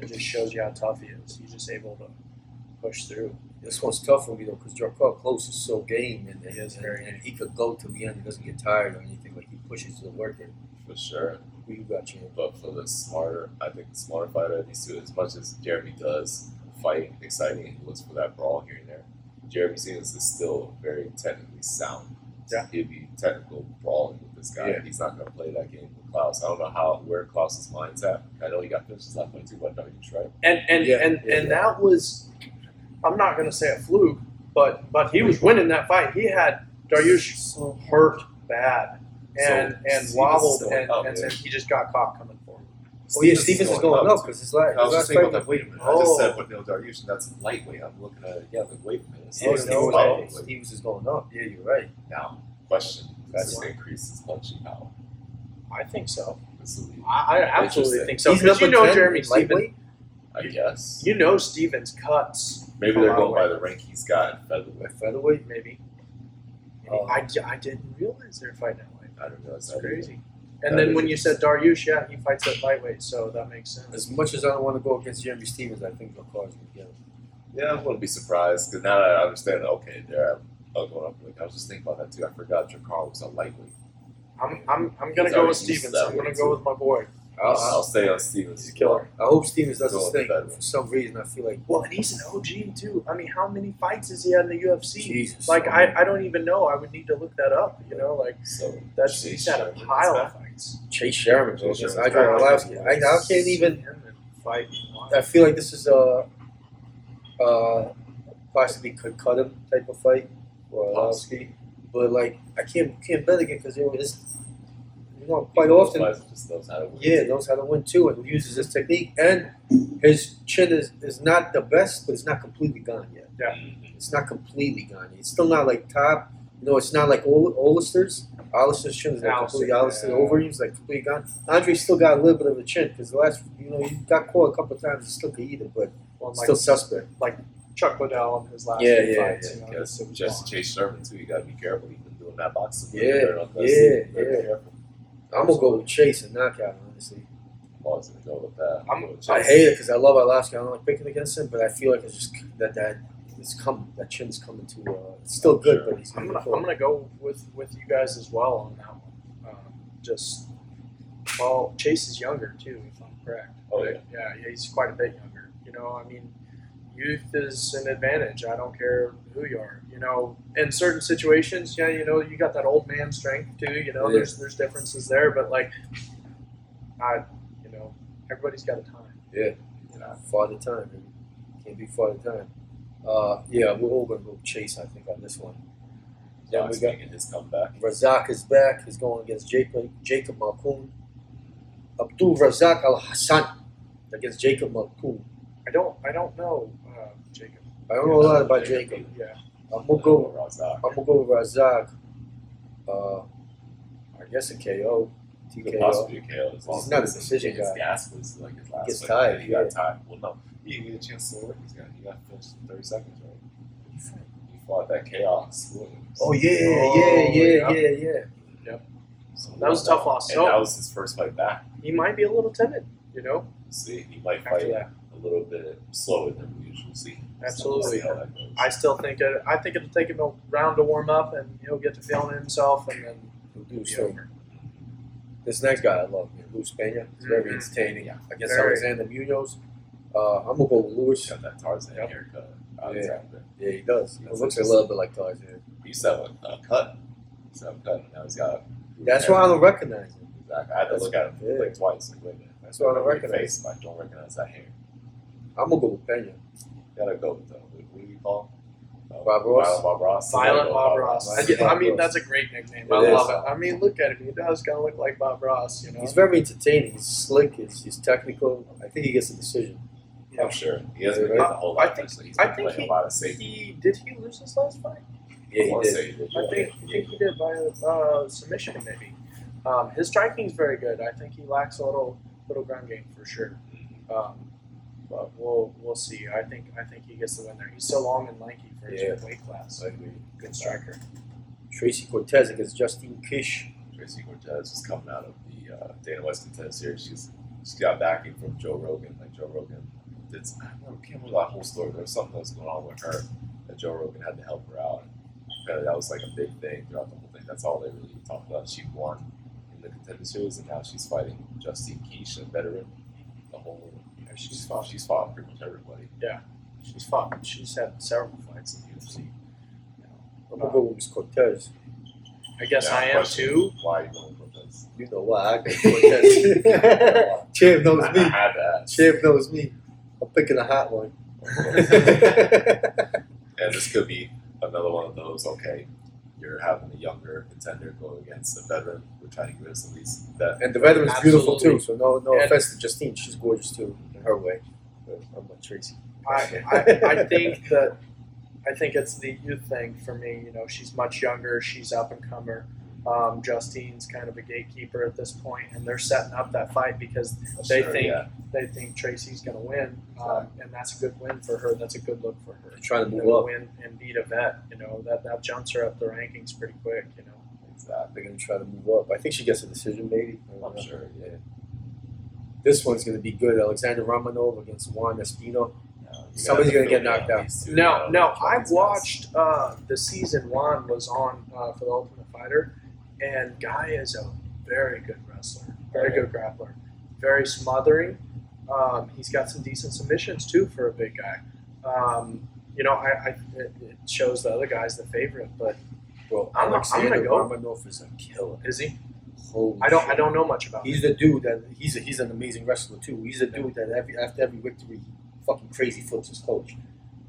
S3: It just shows you how tough he is. He's just able to push through.
S2: This one's tough for me though because Jarquel Close is so game and, and,
S3: He is
S2: and,
S3: very
S2: and he could go to the end. He doesn't get tired or anything. Like he pushes to the work. in.
S1: For sure.
S2: Who you got, champ?
S1: But for the smarter, I think the smarter fighter of these two, as much as Jeremy does fight exciting, and he looks for that brawl here and there. Jeremy Stevens is still very technically sound.
S3: Yeah.
S1: He'd be technical brawling with this guy.
S2: Yeah.
S1: He's not gonna play that game with Klaus. I don't know how where Klaus's mind's at. I know he got finished his last fight too by Dominic Shred.
S3: And and
S2: Yeah,
S3: and,
S2: yeah,
S3: and that was I'm not gonna say a fluke, but but he was winning that fight. He had Daryush
S2: So
S3: hurt bad and
S1: So,
S3: and
S1: Stevens
S3: wobbled
S1: is going
S3: and,
S1: up,
S3: and
S1: yeah.
S3: then he just got caught coming forward.
S2: Oh yeah, Stevens is going up because his last,
S1: I was
S2: his
S1: just
S2: last
S1: thinking
S2: fight
S1: about that. Wait a minute. I
S3: Oh.
S1: just said with Neil Dariush, and that's lightweight. I'm looking at it. Yeah, like wait a minute.
S2: Oh,
S1: Stevens is
S2: no,
S1: lightweight.
S2: right. Stevens is going up. Yeah, you're right.
S1: Now, question: Does
S2: That's
S1: this
S2: why.
S1: increase his punching power?
S3: I think so.
S1: This is-
S3: I, I absolutely
S1: Interesting.
S3: think so.
S2: He's
S3: 'Cause
S2: number
S3: you know
S2: 10
S3: Jeremy
S2: in lightweight.
S3: Stevens
S1: I guess.
S3: you know Stevens cuts
S1: Maybe
S3: Come
S1: they're
S3: on,
S1: going by
S3: wait.
S1: the rank he's got in featherweight.
S2: At featherweight.
S3: maybe. maybe.
S2: Oh.
S3: I, I didn't realize they're fighting that way.
S1: I don't know. It's
S3: That's crazy. And
S1: That
S3: then
S1: is
S3: when you said Daryush, yeah, he fights at lightweight, so that makes sense.
S2: As much as I don't want to go against Jeremy Stevens, I think Lacar's gonna get him.
S1: Yeah, I wouldn't be surprised because now that I understand, okay, they're um, all going up. Like, I was just thinking about that too. I forgot Jakar was a lightweight.
S3: I'm I'm, I'm gonna
S1: He's
S3: go
S1: already
S3: with
S1: used to
S3: Stevens.
S1: that
S3: I'm gonna
S1: weight,
S3: go
S1: too.
S3: with my boy.
S1: I'll,
S2: I'll,
S1: I'll
S2: I'll,
S1: stay on Stevens.
S2: Uh, He's a killer. I hope Stevens does
S1: Go
S2: his
S1: with the
S2: thing.
S1: featherweight.
S2: For some reason, I feel like
S3: Well, and he's an OG too. I mean, how many fights is he had in the UFC?
S2: Jesus.
S3: Like, I, I don't even know. I would need to look that up. You know, like
S1: So
S3: that's
S1: Chase
S3: he's had a
S1: Sherman,
S3: pile
S1: that's
S3: of fights.
S2: Chase Sherman, bro.
S1: Chase
S2: I,
S1: Sherman's
S2: drive
S1: back.
S2: a lot. I, I can't even
S3: Him and fight.
S2: I feel like this is a, uh, possibly could cut him type of fight for Arlovski. But like, I can't can't bet again because you know this, you know, quite often,
S1: Otherwise, it just knows how to win.
S2: yeah, knows how to win too and uses his technique and his chin is, is not the best, but it's not completely gone yet.
S1: Mhm.
S2: It's not completely gone. It's still not like top. You know, it's not like Ol- Olister's. Olister's chin is not completely.
S3: Alistair,
S2: Olister
S3: yeah.
S2: Overeem's like completely gone. Andre still got a little bit of a chin because the last, you know, he got caught a couple of times. He still could eat it, but
S3: Well, like
S2: still suspect.
S3: Chuck Liddell in his last
S2: Yeah,
S3: few
S2: yeah,
S3: fights.
S1: yeah,
S3: you know,
S1: yes.
S3: it was
S1: Just
S3: gone.
S1: Chase Sherman too. You gotta be careful. He's been doing that boxing.
S2: Yeah,
S1: Very
S2: yeah, yeah.
S1: Careful.
S2: I'm gonna go with Chase and knockout. Honestly,
S1: I'm always gonna go with that.
S3: I'm-
S1: Go with
S2: I
S1: Chase.
S2: hate it because I love Alaska. I don't like picking against him, but I feel like it's just that that it's come that chin's coming to. Uh, it's still good,
S1: Sure.
S2: but he's
S3: Oh, I'm
S2: coming.
S3: gonna I'm gonna go with with you guys as well on that one. Um, just well, Chase is younger too, if I'm correct.
S1: Oh yeah.
S3: Yeah, yeah, he's quite a bit younger. You know, I mean, youth is an advantage. I don't care who you are. You know, in certain situations, yeah, you know, you got that old man strength too. You know,
S2: Yeah.
S3: there's there's differences there, but like, I, you know, everybody's got a time.
S2: Father time, baby. Can't be father time. Uh, yeah, we're all gonna go Chase. I think on this one.
S1: Yeah,
S2: Yeah,
S1: we
S2: we got-
S1: making his comeback.
S2: Razak is back. He's going against Jacob Jacob Malkoum. Abdul Razak Al Hassan against Jacob Malkoum.
S3: I don't I don't know uh, Jacob.
S2: I don't know a lot about Jacob.
S3: Yeah,
S2: I'm gonna go.
S1: Razak.
S2: I'm gonna go with Razak. Uh, I guess a KO,
S1: Could
S2: TKO.
S1: possibly a KO. as long
S2: He's
S1: as
S2: not a
S1: his-
S2: decision
S1: His
S2: guy.
S1: gas was like his last.
S2: Gets
S1: fight.
S2: tired,
S1: He got
S2: yeah.
S1: tired. Well, no, he didn't get a chance to work. He's got he got finished in thirty seconds, right? He fought that chaos. Williams.
S2: Oh yeah,
S3: Oh,
S2: yeah, yeah,
S3: yeah.
S2: yeah, yeah.
S1: So
S3: that was a tough loss.
S1: And
S3: So
S1: that was his first fight back.
S3: he might be a little timid. You know,
S1: We'll see, he might
S3: after
S1: fight
S3: that.
S1: a little bit slower than we usually see.
S3: Absolutely.
S1: So we'll see how that goes.
S3: I still think it. I think it'll take him a round to warm up, and he'll get to feeling himself, and then
S2: He'll do
S3: it'll
S2: his
S3: be
S2: thing.
S3: over.
S2: This next guy I love, man, Luis Pena. He's very
S3: Mhm.
S2: entertaining. Against
S3: Very.
S2: Alexander Munoz. Uh, I'm gonna go with
S1: He's
S2: Luis.
S1: got that Tarzan
S3: Yep.
S1: haircut. Alexander.
S2: Yeah, he does. He
S1: That's
S2: looks a little bit like Tarzan.
S1: He used to have a, a cut. So I'm cutting. Now he's got.
S2: That's why I don't recognize him.
S1: Exactly. I had to look at him like twice. Like, wait a minute.
S2: That's why I don't
S1: Your
S2: recognize.
S1: Face. I don't recognize that hair.
S2: I'm gonna go with Pena.
S1: Gotta go with the what do you call? him? Uh,
S2: Bob Ross?
S1: Violent Bob Ross.
S3: Silent
S1: Gotta go
S3: Bob
S1: with
S3: Ross. I,
S2: Ross.
S3: get- I mean, that's a great nickname. I
S2: It is.
S3: love it. I mean, look at him. He does kind of look like Bob Ross, you know.
S2: He's very entertaining. He's slick. He's, he's technical. I think he gets a decision.
S1: I'm sure he hasn't been getting a whole
S3: I
S1: lot.
S3: think-
S1: actually. He's
S3: I
S1: been
S3: think
S1: playing
S3: he-
S1: a lot of safety.
S3: He did he lose his last fight?
S1: I
S2: Yeah,
S1: wanna
S2: he did.
S1: say he did.
S3: I think I think he did by uh, submission maybe. Um, his striking's very good. I think he lacks a little little ground game for sure. Um, but we'll we'll see. I think I think he gets the win there. He's so long and lanky for his
S1: Yeah.
S3: weight class.
S1: I agree.
S3: Good striker.
S2: Tracy Cortez against Justine Kish.
S1: Tracy Cortez was coming out of the uh, Dana West Contest Series. She's she got backing from Joe Rogan. Like Joe Rogan did. Some, I don't remember, can't remember that whole story. There was something that was going on with her that Joe Rogan had to help her out. And apparently that was like a big thing throughout the whole thing. That's all they really talked about. She won in the Contender Series, and now she's fighting Justine Keesh, a veteran. The whole you know, she's fought. She's fought pretty much everybody.
S3: She's fought. She's had several fights in the UFC.
S2: I'm gonna go with Miss Cortez.
S3: I guess
S1: Now,
S3: I am
S1: question,
S3: too.
S1: Why you going Cortez?
S2: You know why I go Cortez. Champ knows
S1: I
S2: me.
S1: had to ask.
S2: Champ knows me. I'm picking a hot one.
S1: And this could be another one of those, okay, you're having a younger contender go against a veteran. We're trying to get us at least that.
S2: and the veteran's beautiful too, so no no
S3: And-
S2: offense to Justine. She's gorgeous too, in her way. But I'm like Tracy.
S3: I, I, I think that I think it's the youth thing for me. You know, she's much younger. She's up and comer. Um, Justine's kind of a gatekeeper at this point, and they're setting up that fight because They think-
S1: Yeah.
S3: they think Tracy's going to win, um, and that's a good win for her. That's a good look for her.
S2: I'm trying to
S3: And
S2: move
S3: to
S2: up.
S3: win and beat a vet, you know, that that jumps her up the rankings pretty quick. You know,
S1: Exactly.
S2: They're gonna try to move up. I think she gets a decision maybe. I
S3: Oh,
S2: don't
S1: I'm
S2: know.
S1: sure, yeah.
S2: This one's gonna be good. Alexander Romanov against Juan Espino.
S1: No, you
S2: Somebody's
S1: gotta
S2: gonna get
S1: feel
S2: knocked
S1: bad
S2: out.
S1: these two,
S3: no,
S1: you
S3: no,
S1: know, these
S3: I
S1: guys.
S3: watched uh, the season one was on uh, for the Ultimate Fighter, and Guy is a very good wrestler, very good grappler, very smothering. Um, he's got some decent submissions too for a big guy. Um, you know, I, I it it shows the other guy's the favorite, but
S2: Bro,
S3: I'm not- I'm gonna
S2: Alexander
S3: go.
S2: Romanov is a killer.
S3: is he?
S2: Holy
S3: I don't
S2: shit.
S3: I don't know much about him.
S2: He's the dude that he's a, he's an amazing wrestler too. He's the dude that every after every victory, he fucking crazy flips his coach,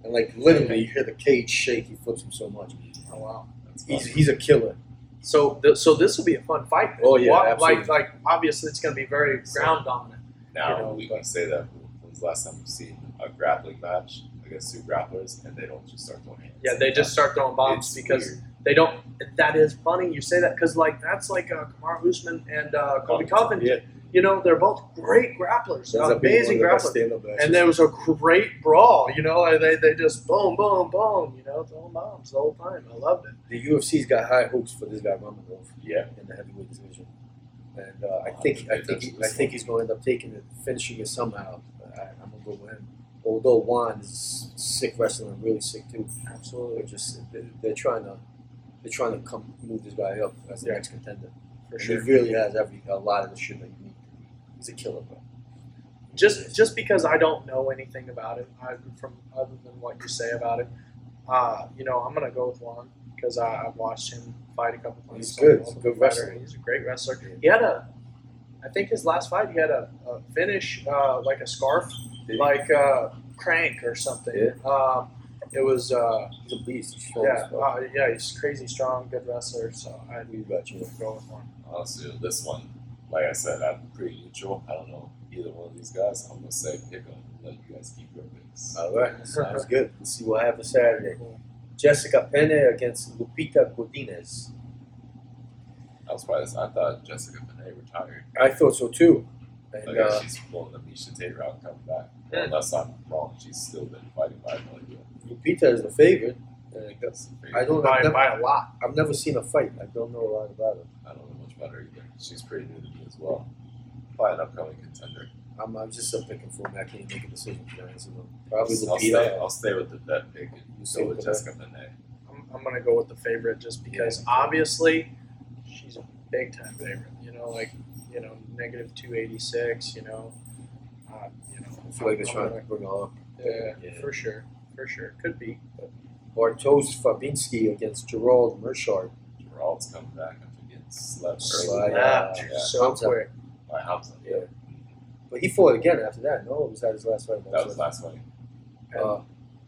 S2: and like literally you hear the cage shake. He flips him so much.
S3: Oh wow.
S1: That's
S2: He's
S1: fun.
S2: he's a killer.
S3: So th- so this will be a fun fight.
S2: Oh, yeah,
S3: Wa-
S2: absolutely.
S3: like like obviously it's going to be very ground dominant.
S1: Now
S3: you know,
S1: we
S3: but-
S1: can say that when was the last time we've seen a grappling match against two grapplers and they don't just start throwing hands?
S3: Yeah, they just start throwing bombs
S1: It's
S3: because
S1: weird.
S3: they don't. That is funny you say that because like that's like uh, Kamar Usman and uh, Colby
S1: Covington,
S3: Covington.
S2: Oh, yeah.
S3: You know they're both great grapplers,
S2: Ends up being
S3: amazing
S2: one of the best
S3: grapplers.
S2: stand-up matches.
S3: And there was a great brawl. You know and they they just boom boom boom. You know throwing bombs the whole time. I loved it.
S2: the UFC's got high hopes for this guy Romanov
S1: Yeah.
S2: in the heavyweight division, and uh, I think I think he, I think he's going to end up taking it, finishing it somehow. I, I'm gonna go with him. Although Juan is sick wrestling, really sick too. Absolutely, just they're, they're trying to they're trying to come move this guy up as the
S3: Yeah.
S2: next contender.
S3: For
S2: And
S3: sure.
S2: He really has every a lot of the shit that you need. He's a killer, bro.
S3: just just because I don't know anything about it, I, from other than what you say about it, uh, you know, I'm gonna go with Juan because I, I've watched him fight a couple times.
S2: He's good.
S3: He's a
S2: He's a good
S3: fighter.
S2: wrestler.
S3: He's a great wrestler. He had a, I think his last fight, he had a, a finish uh, like a scarf,
S2: Did he?
S3: like uh, crank or something. Um, it was uh,
S2: He's a beast. He's strong
S3: yeah,
S2: as fuck.
S3: uh, yeah, he's crazy strong, good wrestler. So I
S2: We got you.
S3: go with Juan.
S1: Uh, Honestly, this one, like I said, I'm pretty neutral. I don't know either one of these guys. I'm gonna say pick them. Let you guys keep your picks.
S2: All right, sounds good. Let's see what happens Saturday. Jessica Penne against Lupita Godinez.
S1: I was surprised. I thought Jessica Bonet retired.
S2: I thought so too.
S1: I
S2: And
S1: guess
S2: uh,
S1: she's pulling the Misha Tate route and coming back. Well, unless I'm wrong, she's still been fighting by no idea.
S2: Lupita is the favorite.
S1: I think that's the favorite.
S2: I don't.
S3: By,
S2: I've never,
S3: by a lot.
S2: I've never seen a fight. I don't know a lot about her.
S1: I don't know much about her either. She's pretty new to me as well. Probably an upcoming contender.
S2: I'm, I'm just still picking for me. I can't make a decision. To be honest with you. Probably
S1: I'll uh, stay,
S2: Lupita.
S1: I'll stay with the vet pick and
S2: stay
S1: go
S2: with
S1: with
S2: the vet.
S1: Jessica Bonet.
S3: I'm, I'm gonna go with the favorite just because obviously she's a big time favorite. You know, like you know negative two eighty six. You know, uh, you know.
S2: I feel like they're
S3: I'm
S2: trying
S3: gonna-
S2: to bring her up.
S3: yeah,
S2: Yeah.
S3: for sure, for sure, could be. But
S2: Bartosz Fabinski against Gerald Mershard.
S1: Gerald's coming back after getting slept
S2: Slide,
S1: early
S2: uh,
S3: Snapped
S1: yeah.
S3: so
S2: Hamza.
S3: quick.
S1: by Hamza. Yeah,
S2: But he fought again after that. No, was that his last fight?
S1: that was last fight.
S2: Uh,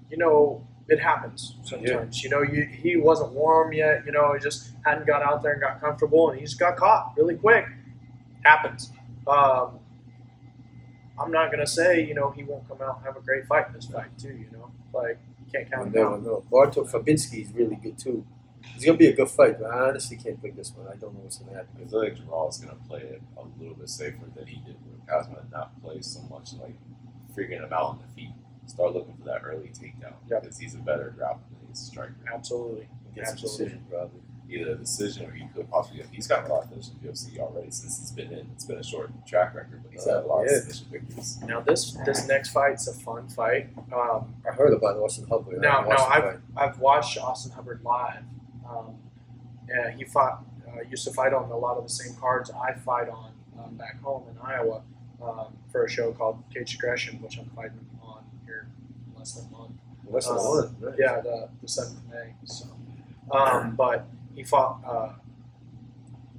S3: You know, it happens sometimes. You know, you, he wasn't warm yet. You know, he just hadn't got out there and got comfortable, and he just got caught really quick. Happens. Um, I'm not gonna say you know he won't come out and have a great fight in this fight too. You know, like you can't
S2: you
S3: count him
S2: never
S3: out.
S2: know. Bartosz Fabinski is really good too. It's gonna be a good fight, but I honestly can't pick this one. I don't know what's gonna happen.
S1: I feel like Gerald's gonna play it a little bit safer than he did with Cosmo and not play so much like figuring him out on the feet. Start looking for that early takedown
S3: Yeah.
S1: because he's a better grappler than he's a striker.
S3: Absolutely.
S2: Get some
S3: Absolutely.
S2: decision probably.
S1: Either a decision or he could possibly have. He's got a lot of finishes in UFC already since he's been in. It's been a short track record, but he's had a lot
S2: Yeah.
S1: of submission victories.
S3: Now this this next fight's a fun fight. Um,
S2: I heard about Austin Hubbard.
S3: No,
S2: I
S3: no,
S2: watched the
S3: I've-
S2: fight.
S3: I've watched Austin Hubbard live. Um, and he fought, uh, used to fight on a lot of the same cards I fight on um, back home in Iowa um, for a show called Cage Aggression, which I'm fighting on here in less than a month.
S2: What's the
S3: Uh,
S2: one? Right.
S3: Yeah, the, the 7th of May. So. Um, but he fought uh,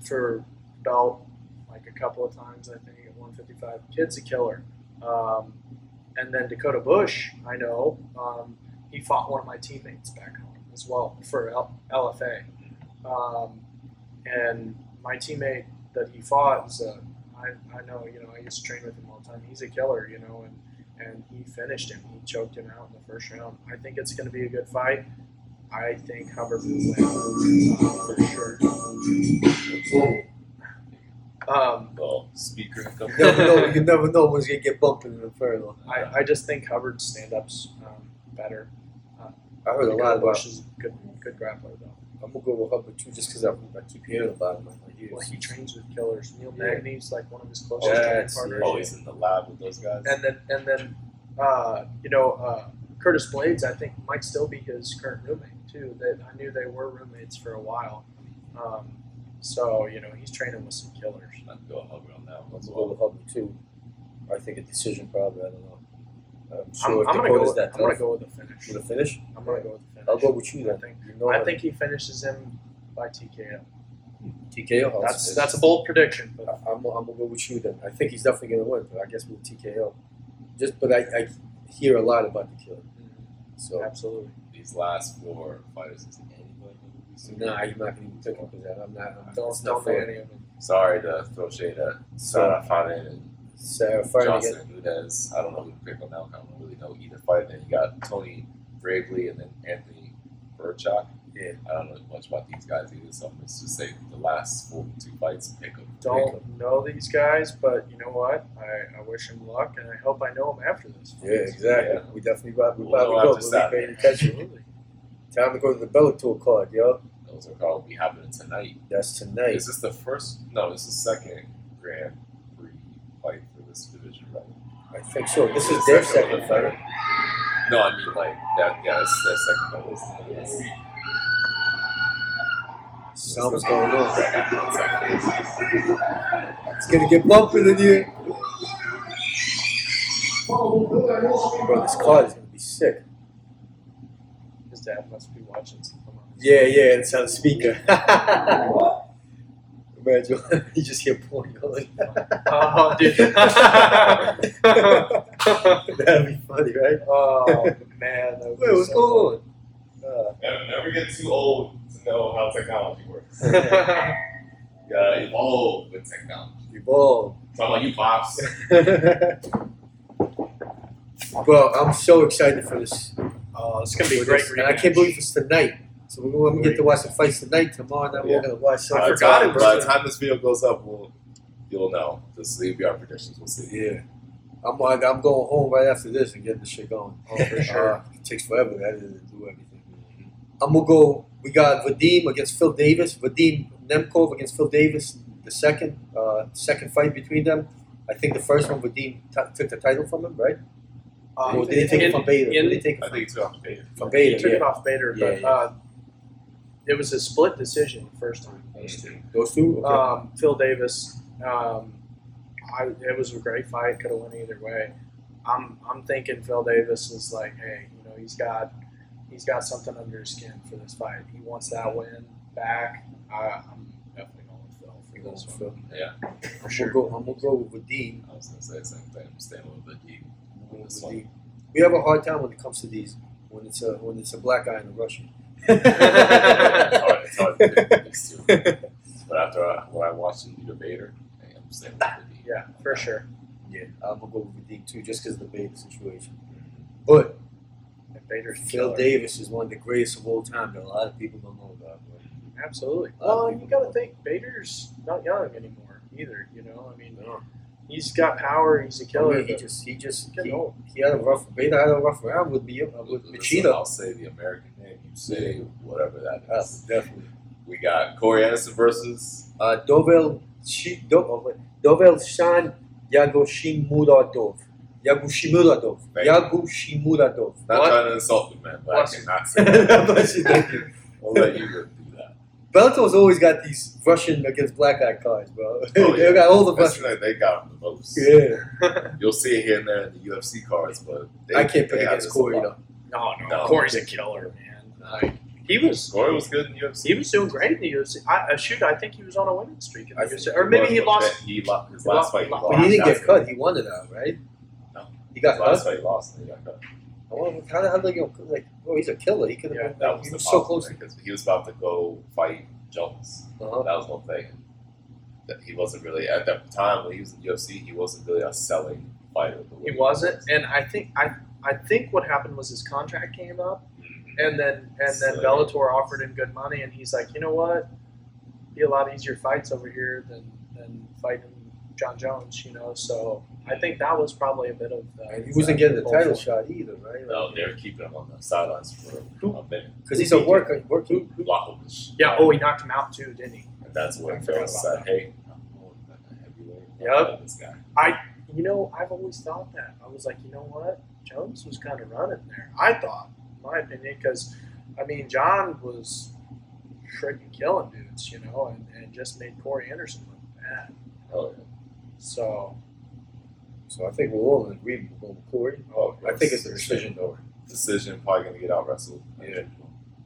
S3: for belt like a couple of times, I think, at 155. Kid's a killer. Um, and then Dakota Bush, I know, um, he fought one of my teammates back home as well for L- LFA. Um, and my teammate that he fought is a, I, I know, you know, I used to train with him all the time. He's a killer, you know, and and he finished him. He choked him out in the first round. I think it's going to be a good fight. I think Hubbard will win uh, for sure. Um,
S1: Well, speaker a couple
S4: You never know. You never know when's gonna get bumped in an inferno.
S3: I, I just think Hubbard's stand ups um, better.
S2: I heard a lot about.
S3: Bush is a good, good grappler, though.
S2: I'm gonna go with Hubbard too, just because I, I keep hearing about him. I'm like,
S3: Well,
S2: yes.
S3: he trains with killers. Neil
S2: Yeah.
S3: Magny's like one of his
S1: Oh,
S3: closest
S2: yeah,
S3: training
S2: it's-
S3: partners.
S1: always in the lab with those
S2: Oh,
S1: guys.
S3: And then, and then, uh, you know, uh, Curtis Blades, I think, might still be his current roommate too. That I knew they were roommates for a while. Um, so you know, he's training with some killers.
S1: I'd go Hubbard on that one
S2: I'm
S1: as
S2: gonna go
S1: well.
S2: with Hubbard too. I think a decision probably. I don't know. I'm
S3: I'm,
S2: sure if
S3: I'm gonna go. With,
S2: Dakota's
S3: I'm
S2: that
S3: gonna
S2: tough,
S3: go with the finish.
S2: with a finish.
S3: I'm gonna go with the finish.
S2: I'll go with you then.
S3: I think.
S2: You know
S3: I
S2: it.
S3: think he finishes him by TKO.
S2: TKO. I'll
S3: That's
S2: say.
S3: that's a bold prediction. But
S2: I- I'm, I'm gonna go with you then. I think he's definitely gonna win, but I guess with TKO. Just, but I, I hear a lot about the killer, so
S3: absolutely.
S1: These last four fighters, is anybody who's-
S2: nah, you're not gonna even pick him for that. I'm not. I'm,
S3: Don't
S2: it's not
S3: don't know
S2: fair.
S3: any of them.
S1: Sorry to throw shade at Sarah Faden and
S2: Sarah Fire again.
S1: Johnson Nunez. I don't know who to pick on that. one. I don't really know either fight. Then you got Tony Bravely and then Anthony Burchak.
S2: Yeah.
S1: I don't know much about these guys either, so I'm just just say the last four two fights pick them.
S3: Don't know these guys, but you know what? I, I wish him luck, and I hope I know him after this.
S2: Yeah, exactly.
S1: Yeah.
S2: We definitely probably, we
S1: We'll
S2: probably
S1: know after
S2: go. We'll be
S1: Saturday.
S2: paying attention.
S3: Absolutely.
S2: Time to go to the Bellator card, yo.
S1: Those are all be happening tonight.
S2: That's tonight.
S1: Is this the first? No, this is second Grand Prix fight for this division, right?
S2: I think so. This
S1: The
S2: is their
S1: second
S2: second
S1: one.
S2: fight.
S1: No, I mean like that. Yeah, this is their second fight. This-
S2: Something's going on.
S1: Second.
S4: It's gonna get bumped in the year.
S2: Bro, this card is gonna be sick.
S3: His dad must be watching something. on this.
S2: Yeah, yeah, it's on the speaker. Imagine you just hear porn going.
S3: Oh, dude.
S2: That'd be funny, right?
S3: oh man. That would
S4: Wait,
S3: be
S4: what's
S3: so
S4: going on?
S2: Uh,
S1: Never, never get too old to know how technology works.
S3: fun.
S1: You gotta evolve with technology.
S2: evolve.
S1: So I'm like, you pops.
S2: Bro, I'm so excited for this.
S3: oh, it's gonna be a
S2: for
S3: great.
S2: this. And I can't
S3: rematch.
S2: believe it's tonight. So we're gonna, get to watch the fights tonight. Tomorrow night we're
S1: Yeah.
S2: gonna watch. some-
S1: By the
S3: forgot
S1: time-
S3: it was
S1: By the
S3: a-
S1: time this video goes up, we'll you'll know. Just leave your predictions. We'll see.
S2: Yeah. I'm like, I'm going home right after this and getting the shit going.
S3: Oh, for sure.
S2: Uh, it takes forever to edit and do everything. I'm gonna go. We got Vadim against Phil Davis. Vadim Nemkov against Phil Davis. The second, uh, second fight between them. I think the first one Vadim t- took the title from him, right?
S3: Um,
S2: or did he take it
S3: in-
S2: from Bader?
S3: in-
S2: did he take it
S1: I think it's off the data.
S2: from
S3: he
S2: Bader?
S3: took
S2: Yeah.
S3: it off Bader,
S2: Yeah,
S3: but
S2: yeah.
S3: Uh, it was a split decision the first time.
S2: Mm. Those two. Okay.
S3: Um, Phil Davis. Um, I, it was a great fight. Could have went either way. I'm I'm thinking Phil Davis is like, hey, you know, he's got he's got something under his skin for this fight. He wants that win back. I, I'm definitely going with Phil for this one.
S1: Yeah.
S3: for sure.
S2: I'm gonna go, I'm gonna go with Vadim.
S1: I was gonna say the same thing. I'm staying with the D.
S2: I'm gonna go
S1: This one.
S2: with Vadim. We have a hard time when it comes to these. When it's a when it's a black guy and a Russian.
S1: it's hard, it's hard to pick these two. But after I, when I watched him do the Vader, I'm staying with the D.
S3: Yeah, for sure.
S2: Yeah, I'm gonna go with Vadim too, just because of the Beta situation. But
S3: And Vader's a
S2: Phil
S3: killer.
S2: Davis is one of the greatest of all time that a lot of people don't know about. But
S3: Absolutely. Well, you got to think Vader's not young anymore either. You know, I mean,
S2: No.
S3: he's got power. He's a
S2: I
S3: killer.
S2: mean, he
S3: but
S2: just he just
S3: Getting
S2: he,
S3: old.
S2: he had a rough Beta had a rough round with me uh, with
S1: Listen,
S2: Machida.
S1: I'll say the American name. You say whatever that
S2: Uh,
S1: is.
S2: definitely.
S1: We got Corey Anderson versus
S2: Uh, Dovel Shi Do, oh, wait. Dovel Shan Yagoshimuradov. Yagushimuradov.
S1: Right.
S2: Yagushimuradov.
S1: not
S3: What?
S1: trying to insult the man, but
S3: Bless
S1: I
S3: you.
S1: cannot say that.
S2: Bless you, thank you.
S1: I'll let you go do that.
S2: Bellator's always got these Russian against black guy cards, bro.
S1: Oh, yeah.
S2: they got all the
S1: That's
S2: best.
S1: right, they got him the most.
S2: Yeah,
S1: You'll see it here and there in the UFC cards, but they,
S2: I can't
S1: they have
S2: pick against
S1: this
S2: Corey
S1: a
S2: though.
S1: lot.
S3: no, no,
S1: No.
S3: Corey's a killer, man. Like he was,
S1: Corey was good in the UFC.
S3: he was doing great in the UFC. I, uh, shoot, I think he was on a winning streak in the
S1: I think
S3: UFC, or maybe
S1: was,
S3: he
S1: but
S3: lost.
S1: then He lost his
S3: he
S1: last
S3: lost-
S1: fight. He
S3: he
S1: lost.
S3: lost.
S2: But he didn't
S1: That's
S2: get cut. He wanted that, right?
S1: No.
S2: He
S1: His
S2: got cut.
S1: last fight, he lost. And he got cut.
S2: Well, how the hell they gonna like? Oh, he's a killer. He could have
S3: Yeah,
S2: been.
S1: That was
S2: he
S1: the
S2: was so
S1: problem,
S2: close.
S1: because he was about to go fight Jones.
S2: Uh-huh.
S1: That was one thing. That he wasn't really at that time when he was in the UFC. He wasn't really a selling fighter. the way
S3: He wasn't, and I think I, I think what happened was his contract came up,
S1: Mm-hmm.
S3: and then and then
S1: So-
S3: Bellator offered him good money, and he's like, you know what, be a lot easier fights over here than than fighting John Jones, you know. So I think that was probably a bit of. Uh,
S2: And he wasn't getting the title
S3: bullshit.
S2: shot either, right?
S1: No, they were keeping him on the sidelines for a minute.
S2: Because he's a worker. Worker.
S1: Blachowicz.
S3: Yeah. Oh, he knocked him out too, didn't he?
S1: And that's
S3: I
S1: when
S3: forgot
S1: Phil
S3: about
S1: said,
S3: that.
S1: "Hey, I'm going with that heavyweight. I
S3: Yep.
S1: love This guy.
S3: You know, I've always thought that. I was like, you know what, Jones was kind of running there. I thought, in my opinion, because I mean, John was freaking killing dudes, you know, and, and just made Corey Anderson look bad.
S1: Oh,
S3: So
S2: So I think we're all in agreement. We're going with Corey.
S1: yeah. oh
S2: I think it's a decision though.
S1: decision. Probably gonna get out wrestled.
S2: Yeah.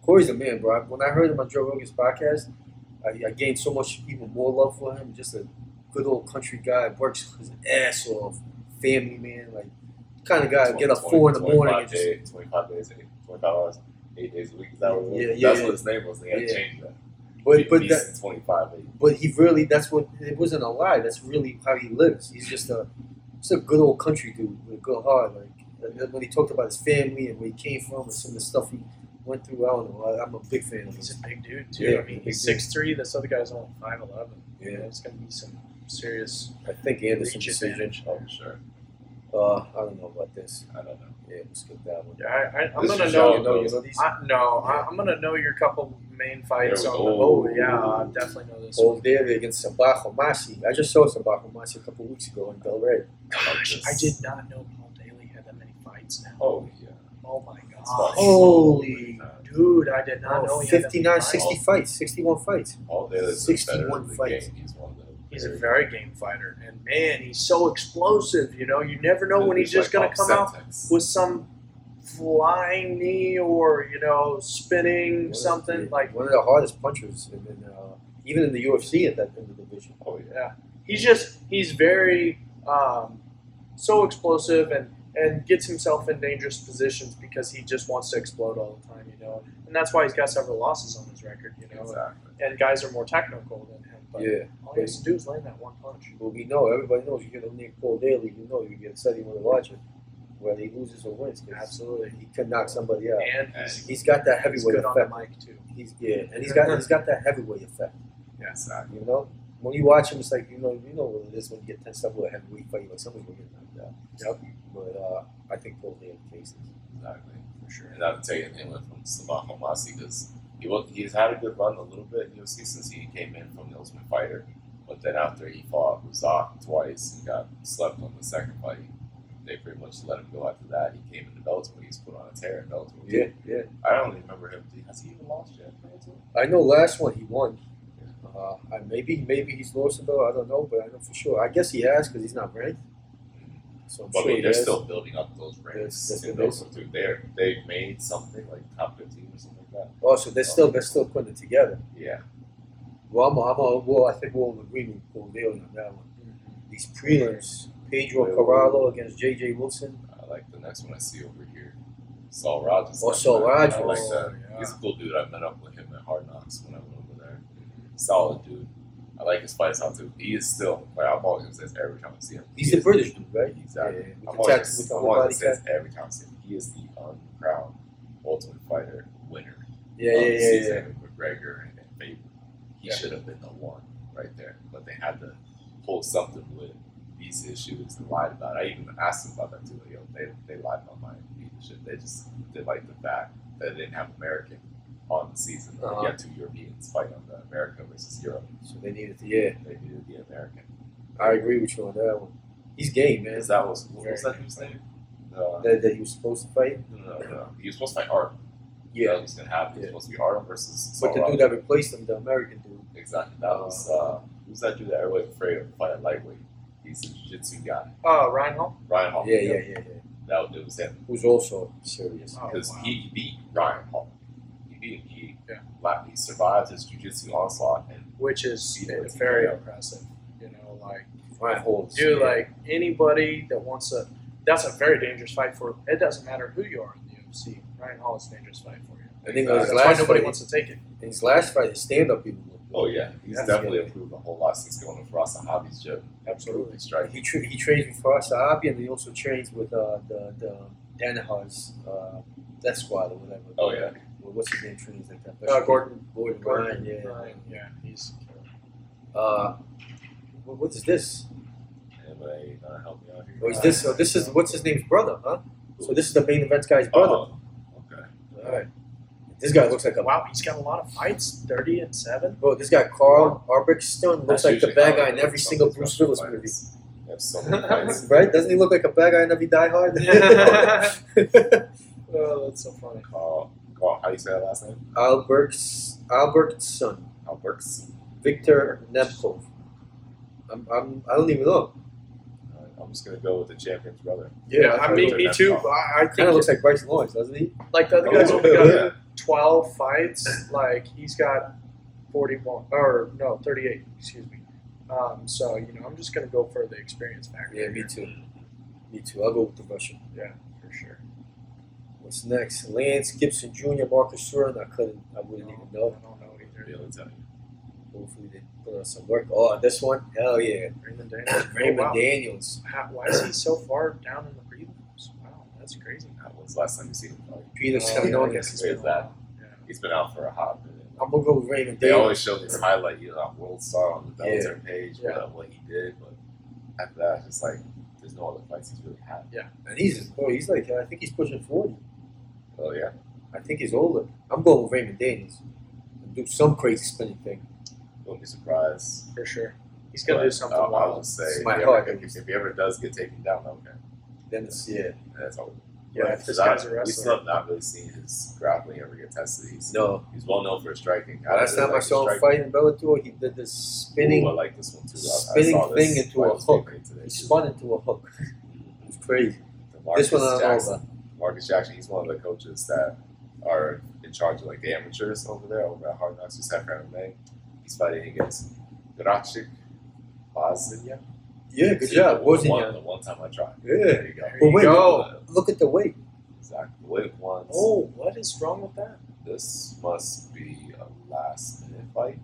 S2: Corey's a man, bro. When I heard him on Joe Rogan's podcast, I, I gained so much even more love for him. Just a good old country guy, works his ass off, family man, like kind of guy. Get up four in the morning and just
S1: Days, Twenty-five days, eight- twenty-five hours, eight days a week. Is that what it was?
S2: Yeah, yeah,
S1: That's
S2: yeah.
S1: what his name was. They had to
S2: Yeah.
S1: change that.
S2: but but that,
S1: Beast in twenty-five days.
S2: but he really that's what it wasn't a lie. That's really how he lives. He's just a just a good old country dude with a good heart. Like and then when he talked about his family and where he came from and some of the stuff he went through, I don't know. I, I'm a big fan of
S3: he's
S2: him.
S3: a big dude too.
S2: Yeah,
S3: I mean,
S2: big
S3: he's
S2: dude.
S3: six three. This other guy's only five eleven.
S2: Yeah.
S3: it's gonna be some serious.
S2: I think Anderson
S3: Reach
S2: decision.
S3: advantage.
S1: Oh, sure.
S2: Uh, I don't know about this.
S1: I don't know.
S2: Yeah, let's skip that one.
S3: Yeah, I, I, I'm
S1: This
S3: gonna
S1: is
S3: know.
S1: how it
S2: you know, you
S1: goes.
S2: know these
S3: I, no, I, I'm gonna know your couple main fights.
S1: There
S3: On
S1: we
S3: the,
S1: go.
S3: oh yeah, I definitely know this.
S2: old David against Sabajo Masi. I just saw Sabajo Masi a couple weeks ago in Del Rey.
S3: Gosh, I
S1: This-
S3: did not know Paul Daly had that many fights now.
S1: Oh yeah. Uh,
S3: Oh my
S1: It's
S3: god.
S2: Holy
S3: Dude, I did not know
S2: oh,
S3: he had that many
S2: 59,
S3: fights.
S2: 60 fights, 61 fights.
S1: All the others are
S2: 61
S1: better than
S2: fights.
S1: The game. He's one of the
S3: He's a very game fighter, and man, he's so explosive. You know, you never know when he's just gonna come out with some flying knee or you know spinning something like
S2: one of the hardest punchers, in, in, uh, even in the UFC at that end of the division.
S1: Oh yeah.
S3: he's just he's very um, so explosive and and gets himself in dangerous positions because he just wants to explode all the time you know and that's why he's got several losses on his record you know
S1: Exactly.
S3: and guys are more technical than him but
S2: Yeah,
S3: all he has to do is land that one punch
S2: but we know everybody knows you get a Nick Paul Daly, you know you get upset you want to watch it, whether he loses or wins. 'cause
S3: absolutely
S2: he can knock somebody out.
S3: and he's,
S1: And-
S2: He's got that
S3: he's
S2: heavyweight
S3: good on the
S2: effect.
S3: mic too
S2: He's yeah, and he's got he's got that heavyweight effect.
S1: Yeah, exactly.
S2: You know, when you watch him, it's like you know, you know what it is when you get tensed up with a heavyweight fight. You're like somebody's gonna get knocked out.
S3: Yep.
S2: But uh, I think Paul Daly cases.
S1: Exactly. For sure. And I've taken him from Sabah Hamasi because he was, he's had a good run a little bit in UFC since he came in from the Ultimate Fighter. But then after he fought Razak twice and got slept on the second fight, they pretty much let him go after that. He came into Bellator. He's put on a tear in Bellator.
S2: yeah.
S1: I don't even remember him. Has he even lost yet? in Bellator?
S2: I know last one he won. Uh, I- maybe maybe he's lost though. I don't know, but I know for sure. I guess he has because he's not ranked. So
S1: But I mean,
S2: sure
S1: they're
S2: there's-
S1: still building up those ranks.
S2: Yes, yes,
S1: and
S2: it
S1: those are through there. They made something like top 15 or something like
S2: Oh, so they're still they're still putting it together.
S1: that. Yeah.
S2: Well, I'm, I'm all, well, I think we're all in agreement with Paul Daly on that one. These prelims, Pedro Carvalho against J.J. Wilson.
S1: I like the next one I see over here. Saul Rogers.
S2: Oh, Saul Rogers.
S1: I like that.
S3: yeah.
S1: He's a cool dude. I met up with him at Hard Knocks when I went over there. Solid dude. I like his fight style too. He is still like I've always gonna say this every time I see him.
S2: He's
S1: He
S2: the
S1: is-
S2: British dude, right?
S1: Exactly.
S2: Yeah, with
S1: I'm
S2: the
S1: always
S2: tats- with the
S1: I'm
S2: whole
S1: always
S2: body
S1: gonna say this every time I see him. He is the uncrowned ultimate fighter winner.
S2: Yeah,
S1: of
S2: yeah,
S1: the
S2: yeah, yeah.
S1: season with McGregor and, and Faber. He
S2: Yeah.
S1: should have been the one right there, but they had to pull something with these issues and lied about. it. I even asked him about that too. Like, yo, they they lied about my leadership. They just did like the fact that they didn't have American on the season. Like,
S2: Uh-huh.
S1: You had two Europeans fighting on the America versus Europe.
S2: So they needed to, yeah.
S1: They needed the American.
S2: I agree with you on that one. He's game, man.
S1: Because that was what was that dude's name? No,
S2: That, that he was supposed to fight.
S1: no, no, no. He was supposed to fight Art. that
S2: Yeah.
S1: was gonna happen. It was
S2: Yeah.
S1: supposed to be Art versus.
S2: But
S1: Saul
S2: the
S1: Roberts.
S2: dude that replaced him, the American dude.
S1: Exactly. That was uh, who's that dude that everybody afraid of fight at lightweight? He's a jiu-jitsu guy.
S3: Uh, Ryan Hall.
S1: Ryan Hall.
S2: Yeah, yeah, yeah, yeah.
S1: That was, it was him
S2: Who's also serious.
S3: Oh,
S1: because
S3: wow.
S1: he beat Ryan Hall. He beat him. He
S3: Yeah.
S1: like, he survived his jiu-jitsu onslaught and
S3: which is
S1: You know, it's
S3: very
S1: yeah.
S3: impressive. You know, like
S2: Ryan Holmes.
S3: dude,
S2: yeah.
S3: like anybody that wants to, that's a very dangerous fight for. It doesn't matter who you are in the UFC. Ryan Hall is a dangerous fight for you.
S2: I think it
S1: Uh,
S2: was
S3: That's
S2: his
S3: why
S2: last
S3: nobody
S2: fight.
S3: wants to take it.
S2: in his last fight, his stand up even looked
S1: oh yeah, he's
S2: That's
S1: definitely
S2: good.
S1: improved a whole lot since going to Ferasa Hobbies gym.
S2: Absolutely.
S1: He's striking.
S2: He tra- he trains with Faraz Sahabi and he also trains with uh, the the Danahar's uh, Death Squad or whatever.
S1: Oh yeah,
S2: Well, what's his name? Trains like that.
S3: Uh, Gordon.
S2: Gordon Ryan. Yeah.
S3: Ryan, yeah, he's.
S2: Uh, what, what is this?
S1: MMA not uh, help me out here.
S2: Or is this? So this is what's his name's brother, huh? So this is the main event guy's brother.
S1: Oh, okay.
S2: All right. This guy looks like a
S3: Wow, he's got a lot of fights. Thirty and seven.
S2: bro. This guy Carl Arbrickstone looks
S1: That's
S2: like the
S1: usually
S2: bad
S1: how
S2: guy in
S1: it
S2: every
S1: is on
S2: single
S1: these
S2: Bruce
S1: wrestling
S2: Willis
S1: fights.
S2: movie.
S1: They have so many fights.
S2: Right? Doesn't he look like a bad guy in every Die Hard?
S3: Oh, that's so funny.
S1: Carl, Carl, Uh, how do you say that last name?
S2: Albert's Albert's son.
S1: Alberts.
S2: Victor Nemkov. I'm, I'm, I don't even know.
S1: Uh, I'm just gonna go with the champion's brother.
S3: Yeah,
S2: that's
S3: I
S2: what
S3: mean,
S2: it
S3: me
S1: that's
S3: too.
S1: awesome.
S3: I, I think
S2: Kind of looks like Bryce Lawrence, doesn't he?
S3: like the other
S1: Oh,
S3: guys
S1: yeah.
S3: only got
S1: Yeah.
S3: twelve fights. Like he's got forty-one or no, thirty-eight. Excuse me. Um, so you know, I'm just gonna go for the experience factor. here,
S2: too. Me too. I'll go with the Russian.
S3: for sure.
S2: What's next? Lance Gibson Jr., Marcus Surin. I couldn't. I wouldn't even know.
S3: I don't know either.
S1: Be able to tell you.
S2: Hopefully they put on some work. Oh, this one? Hell yeah.
S3: Raymond Daniels.
S2: Raymond
S3: oh, wow.
S2: Daniels.
S3: How- why is he so far down in the prelims? Wow, that's crazy.
S1: That was the last time you seen him. Like,
S2: Peter
S3: Oh, yeah, I guess
S2: Seminonis.
S3: it's
S1: Where's
S3: been Oh, a
S1: that?
S3: while. Yeah.
S1: he's been out for a hot minute.
S2: I'm going to go with Raymond
S1: They
S2: Daniels.
S1: always show his highlight, you know, on World Star on the
S2: Yeah.
S1: Bellator page,
S3: Yeah.
S1: about what he did. But after that, it's just like there's no other fights he's really had.
S2: And he's, bro, he's like, I think he's pushing 40.
S1: Oh yeah,
S2: I think he's older. I'm going with Raymond Daniels. Do some crazy spinning thing.
S1: wouldn't be surprised.
S3: For sure. He's gonna
S1: But,
S3: do something
S1: uh,
S2: oh,
S1: I
S3: wild.
S1: would say
S2: It's
S1: if
S2: my
S1: he,
S2: heart.
S1: ever, if he ever does get taken down, okay,
S2: Then it's, yeah.
S1: that's all.
S3: Yeah,
S1: Right,
S3: if
S1: 'cause
S3: this
S1: I-
S3: guy's a
S1: We
S3: wrestler.
S1: still have not really seen his grappling ever get tested. He's,
S2: No.
S1: he's well known for his striking.
S2: Last
S1: really
S2: time I
S1: like his
S2: saw him
S1: striking.
S2: fight in Bellator, he did this spinning.
S1: Ooh, I like this one too. I- I saw
S2: spinning
S1: this
S2: thing into
S1: fight
S2: a
S1: was being
S2: hook.
S1: made today,
S2: he
S1: too.
S2: spun into a hook. It was crazy.
S1: The Marcus
S2: this one I don't know
S1: Jackson
S2: about.
S1: Marcus Jackson, he's one of the coaches that are in charge of like the amateurs over there over at Hard Knocks. Just had Fran May. He's fighting against Dracic Bosnia.
S2: Yeah, good job.
S1: The
S2: Wasn't
S1: one,
S2: you?
S1: the one time I tried.
S2: Yeah.
S1: There you go.
S3: There
S2: But
S3: you
S2: wait,
S3: go.
S2: look at the weight.
S1: Exactly. The way it wants.
S3: Oh, what is wrong with that?
S1: This must be a last minute fight.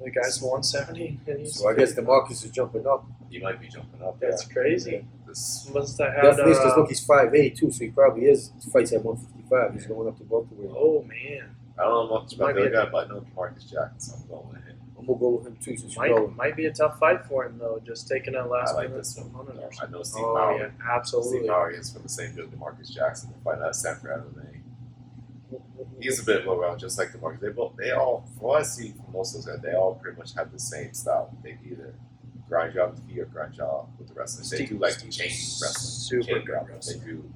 S3: The guy's 170, and he's.
S2: So I guess the Marcus is jumping up.
S1: He might be jumping up there.
S3: That's crazy.
S1: This
S3: Must have had.
S2: Definitely, because
S3: uh,
S2: look, he's 5'8 too, so he probably is. He fights at 155. He's going up to welterweight.
S3: oh man,
S1: I don't know much
S3: Might
S1: about the
S3: be
S1: other
S3: a-
S1: guy, but I know Marcus Jackson, so I'm going with him.
S2: I'm going to go with him too, since you know.
S3: might, might be a tough fight for him though. Just taking a last
S1: I like
S3: minute
S1: this one.
S3: opponent or
S1: I know Steve
S3: something. Oh
S1: Mauer.
S3: yeah,
S1: Steve
S3: absolutely.
S1: Mauer is from the same build that Marcus Jackson. They're fighting out of San Fran and they he's a bit low round, just like the Marcus. They both, they all, from what I see from most of those guys, they all pretty much have the same style. They either grind you out with the feet or grind you out with the wrestling. They
S3: Steve-
S1: do like chain wrestling,
S3: super
S1: chain
S3: good
S1: grappling. They
S3: wrestling.
S1: do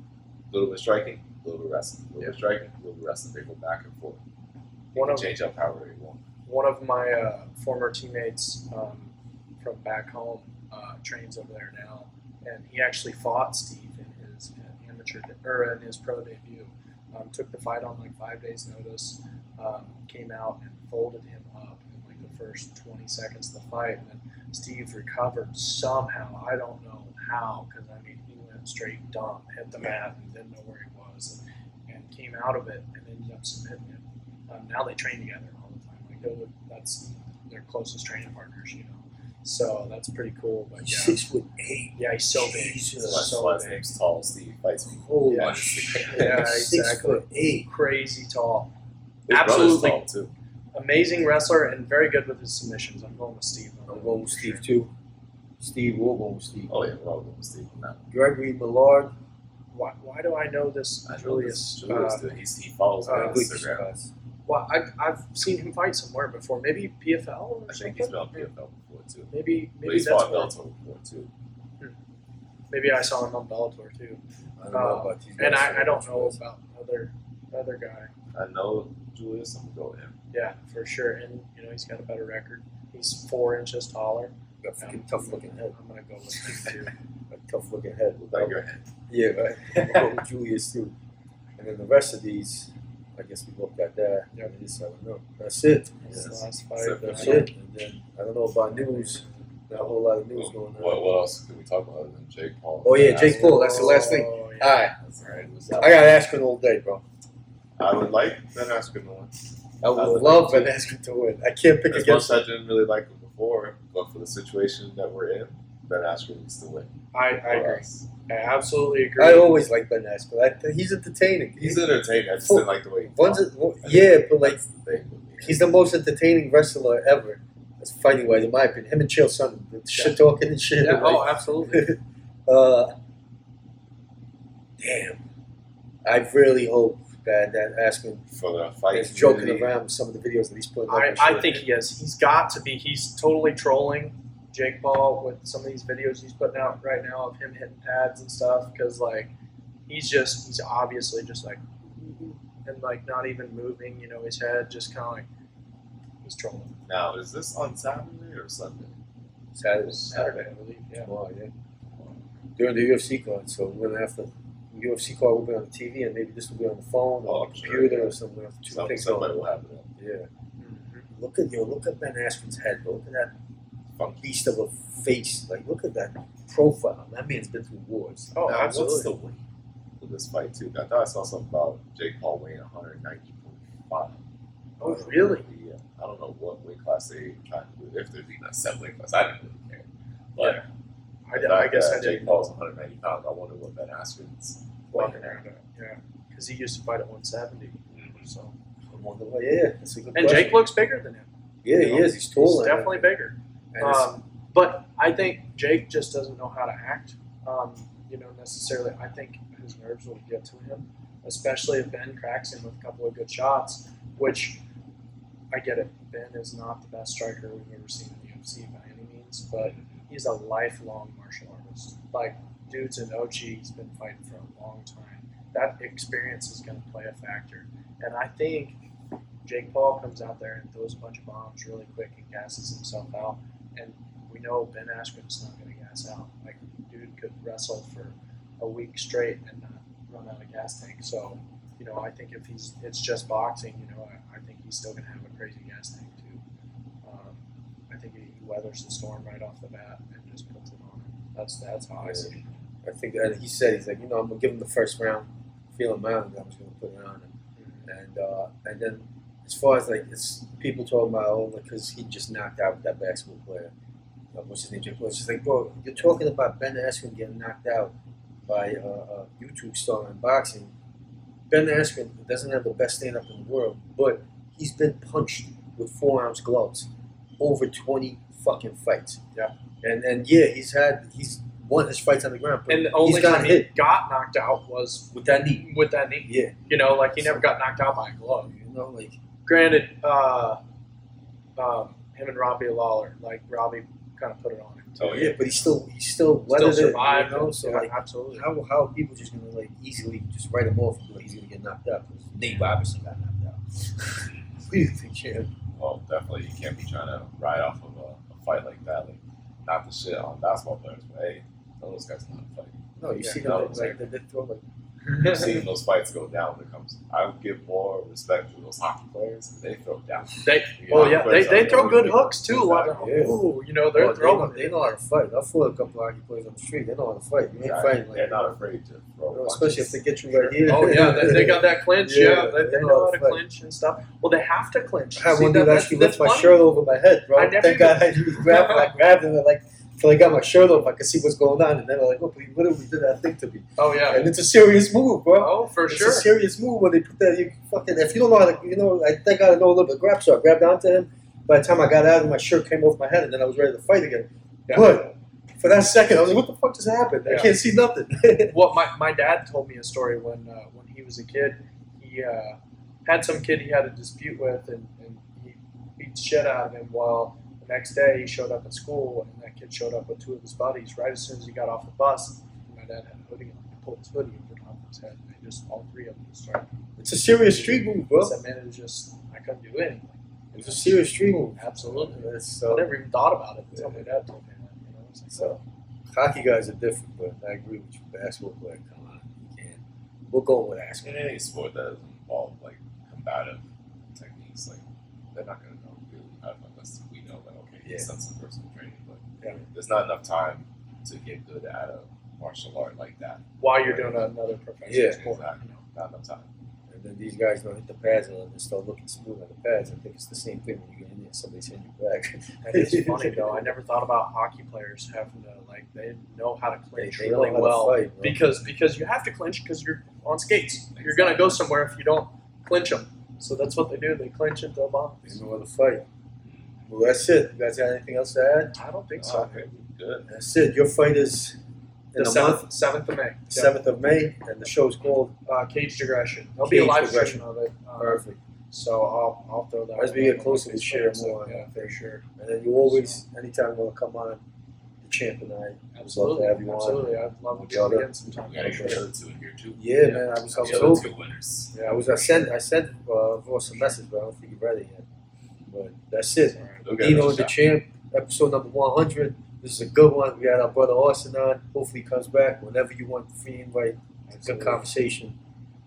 S1: a little bit striking, a little bit wrestling, a little bit striking, a little bit wrestling. They go back and forth. They
S3: One
S1: can
S3: of-
S1: change up however they want.
S3: One of my uh, former teammates um, from back home uh, trains over there now, and he actually fought Steve in his amateur de- or in his pro debut. Um, took the fight on like five days' notice. Um, came out and folded him up in like the first 20 seconds of the fight, and then Steve recovered somehow. I don't know how, because I mean he went straight dumb, hit the mat, and didn't know where he was, and, and came out of it and ended up submitting him. Um, now they train together all the time. Like they're, the- that's their closest training partners, you know. So that's pretty cool. But yeah,
S2: Six foot eight.
S3: yeah, he's so big.
S2: Jesus.
S3: He's
S1: That's
S3: so
S1: why his
S3: big.
S1: name's Tall Steve fights me.
S2: Holy
S1: Yeah.
S2: shit.
S3: Yeah,
S2: Oh, Six
S3: exactly.
S2: foot eight.
S3: Crazy tall.
S1: His brother's
S3: Absolutely.
S1: tall too.
S3: Amazing wrestler and very good with his submissions. I'm going with Steve.
S2: I'm going with Steve too. Steve, we're going with Steve.
S1: Oh yeah, well, Steve. Not
S2: Gregory Millard.
S3: Why, why do I know this
S1: I know this
S3: Julius?
S1: Julius.
S3: Uh,
S1: dude. He's, he follows me
S3: uh,
S1: on
S2: Good
S1: Instagram.
S2: guys.
S3: well, I've, I've seen him fight somewhere before. Maybe PFL or
S1: I
S3: something.
S1: think he's been on PFL before too.
S3: Maybe
S1: But
S3: maybe
S1: he's
S3: that's
S1: fought
S3: what,
S1: Bellator before too.
S3: maybe I saw him on Bellator too.
S2: I don't know
S3: Uh,
S2: about these guys.
S3: And I, I don't know about other other guy.
S1: I know Julius. I'm going with him.
S3: Yeah, for sure. And you know he's got a better record. He's four inches taller.
S2: Got a fucking tough looking head.
S3: I'm gonna go with Steve too.
S2: A tough looking head.
S1: Like your head.
S2: Yeah, right. I'm going with Julius too. And then the rest of these, I guess we looked at that.
S3: Yeah.
S2: And this, I don't know. That's it.
S3: That's the
S1: Yes.
S3: last
S1: Except
S3: fight.
S2: That's
S1: Yeah.
S2: it. And then I don't know about news. Not a whole lot of news going on.
S1: What, what else can we talk about other than Jake Paul?
S2: Oh, yeah, Jake Paul. That's the last thing.
S3: Oh, yeah.
S2: All right.
S1: That's right.
S2: I got Askren all day, bro.
S1: I would like Ben Askren to win.
S2: I
S1: I
S2: would
S1: would
S2: love Ben Askren to win. I can't pick
S1: As much
S2: against
S1: as I didn't really like him before, but for the situation that we're in, Ben Askren needs to win.
S3: I, I
S1: for
S3: agree.
S1: us.
S3: I absolutely agree.
S2: I always like Ben Askren. I, he's entertaining.
S1: He's entertaining. I just
S2: Full-
S1: didn't like the way he
S2: One's
S1: fought.
S2: a- yeah, but like
S1: That's the thing with me.
S2: he's the most entertaining wrestler ever, as fighting wise, in my opinion. Him and Chael Sonnen, the shit talking and shit.
S3: yeah,
S2: like,
S3: oh, absolutely.
S2: uh, damn. I really hope that that Askren
S1: for the fight.
S2: is joking
S1: community.
S2: around with some of the videos that he's putting. up
S3: I,
S2: and
S3: I
S2: shit.
S3: think he is. He's got to be. He's totally trolling Jake Paul with some of these videos he's putting out right now of him hitting pads and stuff because like he's just he's obviously just like and like not even moving. You know, his head just kind of like he's trolling.
S1: Now, is this on Saturday or Sunday?
S2: Saturday.
S3: Saturday, I believe. Yeah.
S2: Tomorrow, yeah. During the UFC card, so we're gonna have to. the UFC card will be on the TV, and maybe this will be on the phone
S1: Oh,
S2: or
S1: I'm
S2: the
S1: sure,
S2: computer
S1: yeah.
S2: or something. We'll have Two
S1: Some-
S2: things
S1: somebody
S2: going.
S1: will have it on.
S2: Yeah.
S1: Mm-hmm.
S2: Look at yo, look at Ben Askren's head. Look at that
S1: Funky.
S2: beast of a face. Like, look at that profile. That man's been through wars.
S3: Oh,
S1: now, what's
S3: absolutely.
S1: the weight for this fight too? I thought I saw something about Jake Paul weighing 190.5.
S3: Oh, really?
S1: Yeah. I don't know what weight class they trying to do. If there's even a set weight class, I didn't really care. But
S3: I, I guess I
S1: Jake
S3: did.
S1: Paul's 190 pounds. I wonder what Ben Askren's
S3: Well,
S1: weighing around.
S3: yeah, because he used to fight at 170.
S1: Mm-hmm.
S3: So
S2: I wonder why. Yeah, that's a good
S3: and
S2: question.
S3: Jake looks bigger than him.
S2: Yeah, he is. He's tall.
S3: He's
S2: and-
S3: definitely bigger.
S2: and it's-
S3: Um, but I think Jake just doesn't know how to act. Um, you know, necessarily. I think his nerves will get to him, especially if Ben cracks him with a couple of good shots. Which I get it. Ben is not the best striker we've ever seen in the UFC by any means, but he's a lifelong martial artist. Like dudes in Ochi, he's been fighting for a long time. That experience is going to play a factor, and I think. Jake Paul comes out there and throws a bunch of bombs really quick and gasses himself out and we know Ben Askren's not going to gas out. Like, dude could wrestle for a week straight and not run out of gas tank. So, you know, I think if he's it's just boxing, you know, I, I think he's still going to have a crazy gas tank too. Um, I think he weathers the storm right off the bat and just puts it on. That's that's how I see it.
S2: I think and he said he's like, you know, I'm gonna give him the first round, feel him out, and I'm just gonna put it on him. And uh, and then as far as like it's people talking about oh because he just knocked out that basketball player, uh, what's his name? Jake Paul. It's just like, bro, you're talking about Ben Askren getting knocked out by uh, a YouTube star in boxing. Ben Askren doesn't have the best stand up in the world, but he's been punched with four ounce gloves over twenty fucking fights.
S3: Yeah.
S2: And and yeah, he's had he's won his fights on the ground, but
S3: And the only
S2: he's gotten
S3: time
S2: hit
S3: he got knocked out was
S2: with that knee.
S3: with that knee.
S2: Yeah,
S3: You know, like he never got knocked out by a glove.
S2: you know, like
S3: granted, uh, um, him and Robbie Lawler, like Robbie kind of put it on him.
S1: Oh, yeah.
S2: yeah, but he still he
S3: Still
S2: still weathered
S3: survived.
S2: it. You know, so
S3: yeah,
S2: like
S3: absolutely.
S2: how how are people just gonna like easily just write him off? Like, he's gonna get knocked out. 'Cause Nate Robinson got knocked out. what do you think, Chad?
S1: Well, definitely you can't be trying to ride off of a, a fight like that. Like, not the shit on basketball players, but hey, Those guys know how to fight.
S2: No, you
S1: Yeah,
S2: see
S1: that
S2: them
S1: was
S2: like they they throw like
S1: I've seen those fights go down when it comes. I would give more respect to those hockey players. They throw down.
S3: They,
S1: You
S3: oh
S1: know,
S3: yeah, they,
S1: players
S3: they
S1: out
S3: throw
S1: there who-
S3: good hooks too. A lot of
S2: uh, Yeah.
S3: ooh, you know, they're
S2: Well,
S3: throwing.
S2: They know, they know how to fight. I fought a couple hockey players on the street. They know how to fight. You ain't
S1: Exactly.
S2: fighting like
S1: They're not afraid to throw.
S2: you know, especially if
S1: punches.
S2: they get you right here.
S3: Oh yeah, they, they got that clinch. Yeah,
S2: Yeah,
S3: they, they
S2: they
S3: know
S2: know
S3: how
S2: how
S3: to
S2: to fight.
S3: clinch and stuff. Well, they have to clinch.
S2: I had
S3: See,
S2: one
S3: that-
S2: dude
S3: that's-
S2: actually
S3: that's
S2: lift my
S3: funny.
S2: shirt over my head, bro.
S3: I never
S2: Thank God I didn't grab him. I grabbed him and like till I got my shirt off, I could see what's going on, and then I'm like, oh, but he literally did that thing to me.
S3: Oh yeah.
S2: And it's a serious move, bro.
S3: Oh for
S2: it's
S3: sure.
S2: a serious move when they put that. You fucking if you don't know how to, you know, I think I know a little bit of grab, so I grabbed onto him. By the time I got out, my shirt came off my head, and then I was ready to fight again.
S3: Yeah.
S2: But for that second, I was like, "What the fuck just happened?
S3: Yeah.
S2: I can't see nothing."
S3: Well, my, my dad told me a story when uh, when he was a kid. He uh, had some kid he had a dispute with, and, and he beat the shit out of him. Well, the next day he showed up at school, and that kid showed up with two of his buddies right as soon as he got off the bus. And my dad had a hoodie on. He pulled his hoodie over top of his head, and they just all three of them just started.
S2: it's a serious street move,
S3: He
S2: bro.
S3: said, man, it was just I couldn't do anything.
S2: It's a serious street move.
S3: Absolutely.
S2: It's,
S3: I
S2: uh,
S3: never even thought about it until my dad told me that. You know, it's like,
S2: So, hockey guys are different, but I agree with you. Basketball, like, come on, you can't. We're going with
S1: It's
S2: basketball.
S1: in any sport that doesn't involve like combative techniques, like they're not gonna know really how to unless we know that okay, yes, that's some personal training, but
S2: Yeah.
S1: there's not enough time to get good at a martial art like that.
S3: while you're doing another professional
S2: Yeah.
S3: sport,
S1: Exactly. Not enough time.
S2: And then these guys don't hit the pads and they start looking smooth on the pads. I think it's the same thing when you get in there, somebody's hitting your back.
S3: That is funny though. I never thought about hockey players having to like they know how to
S2: They,
S3: clinch
S2: they know
S3: really
S2: how to
S3: well
S2: fight, bro.
S3: because because you have to clinch because you're on skates. You're gonna go somewhere if you don't clinch them. So that's what they do. They clinch into a box.
S2: They know how to fight. Well, that's it. You guys got anything else to add?
S3: I don't think
S2: Uh,
S3: so.
S1: Okay, good.
S2: That's it. Your fight is in
S3: The
S2: a month,
S3: seventh seventh of May. Yep.
S2: seventh of May, and the show's called
S3: Uh, caged aggression. There'll be a
S2: Caged
S3: live
S2: aggression.
S3: stream of it. uh,
S2: Perfect.
S3: so I'll I'll throw that.
S2: As we
S3: one
S2: get
S3: up on
S2: closer,
S3: my
S2: we'll share
S3: Facebook, so,
S2: more.
S3: Yeah,
S2: for
S3: for sure.
S2: And then you always, anytime you want to come on, the champ and I.
S3: Absolutely,
S2: have you on.
S3: absolutely. I'd love to be on again sometime.
S1: We gotta
S3: for
S1: get the
S3: sure.
S1: other two in here too.
S2: Yeah, man. I was, I
S1: The
S2: was hoping.
S1: other two winners.
S2: Yeah, I was. I sent. I sent uh, Ross a message, but I don't think he read it yet. But that's it.
S1: They'll get
S2: Dino
S1: another
S2: and the
S1: shot.
S2: Champ, episode number one hundred. This is a good one. We had our brother Austin on. Hopefully, he comes back whenever you want. Free invite. Good conversation.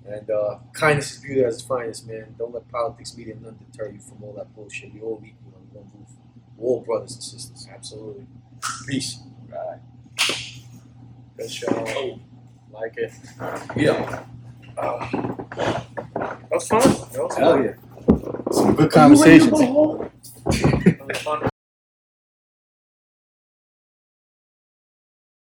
S2: And uh, kindness is beauty as its finest, man. Don't let politics, media, none deter you from all that bullshit. We all equal on one roof. We're all brothers and sisters. Absolutely. Peace.
S1: Right.
S3: Good show. Like it.
S1: Yeah.
S3: That was fun. That was fun.
S2: yeah. Some good
S3: That was fun.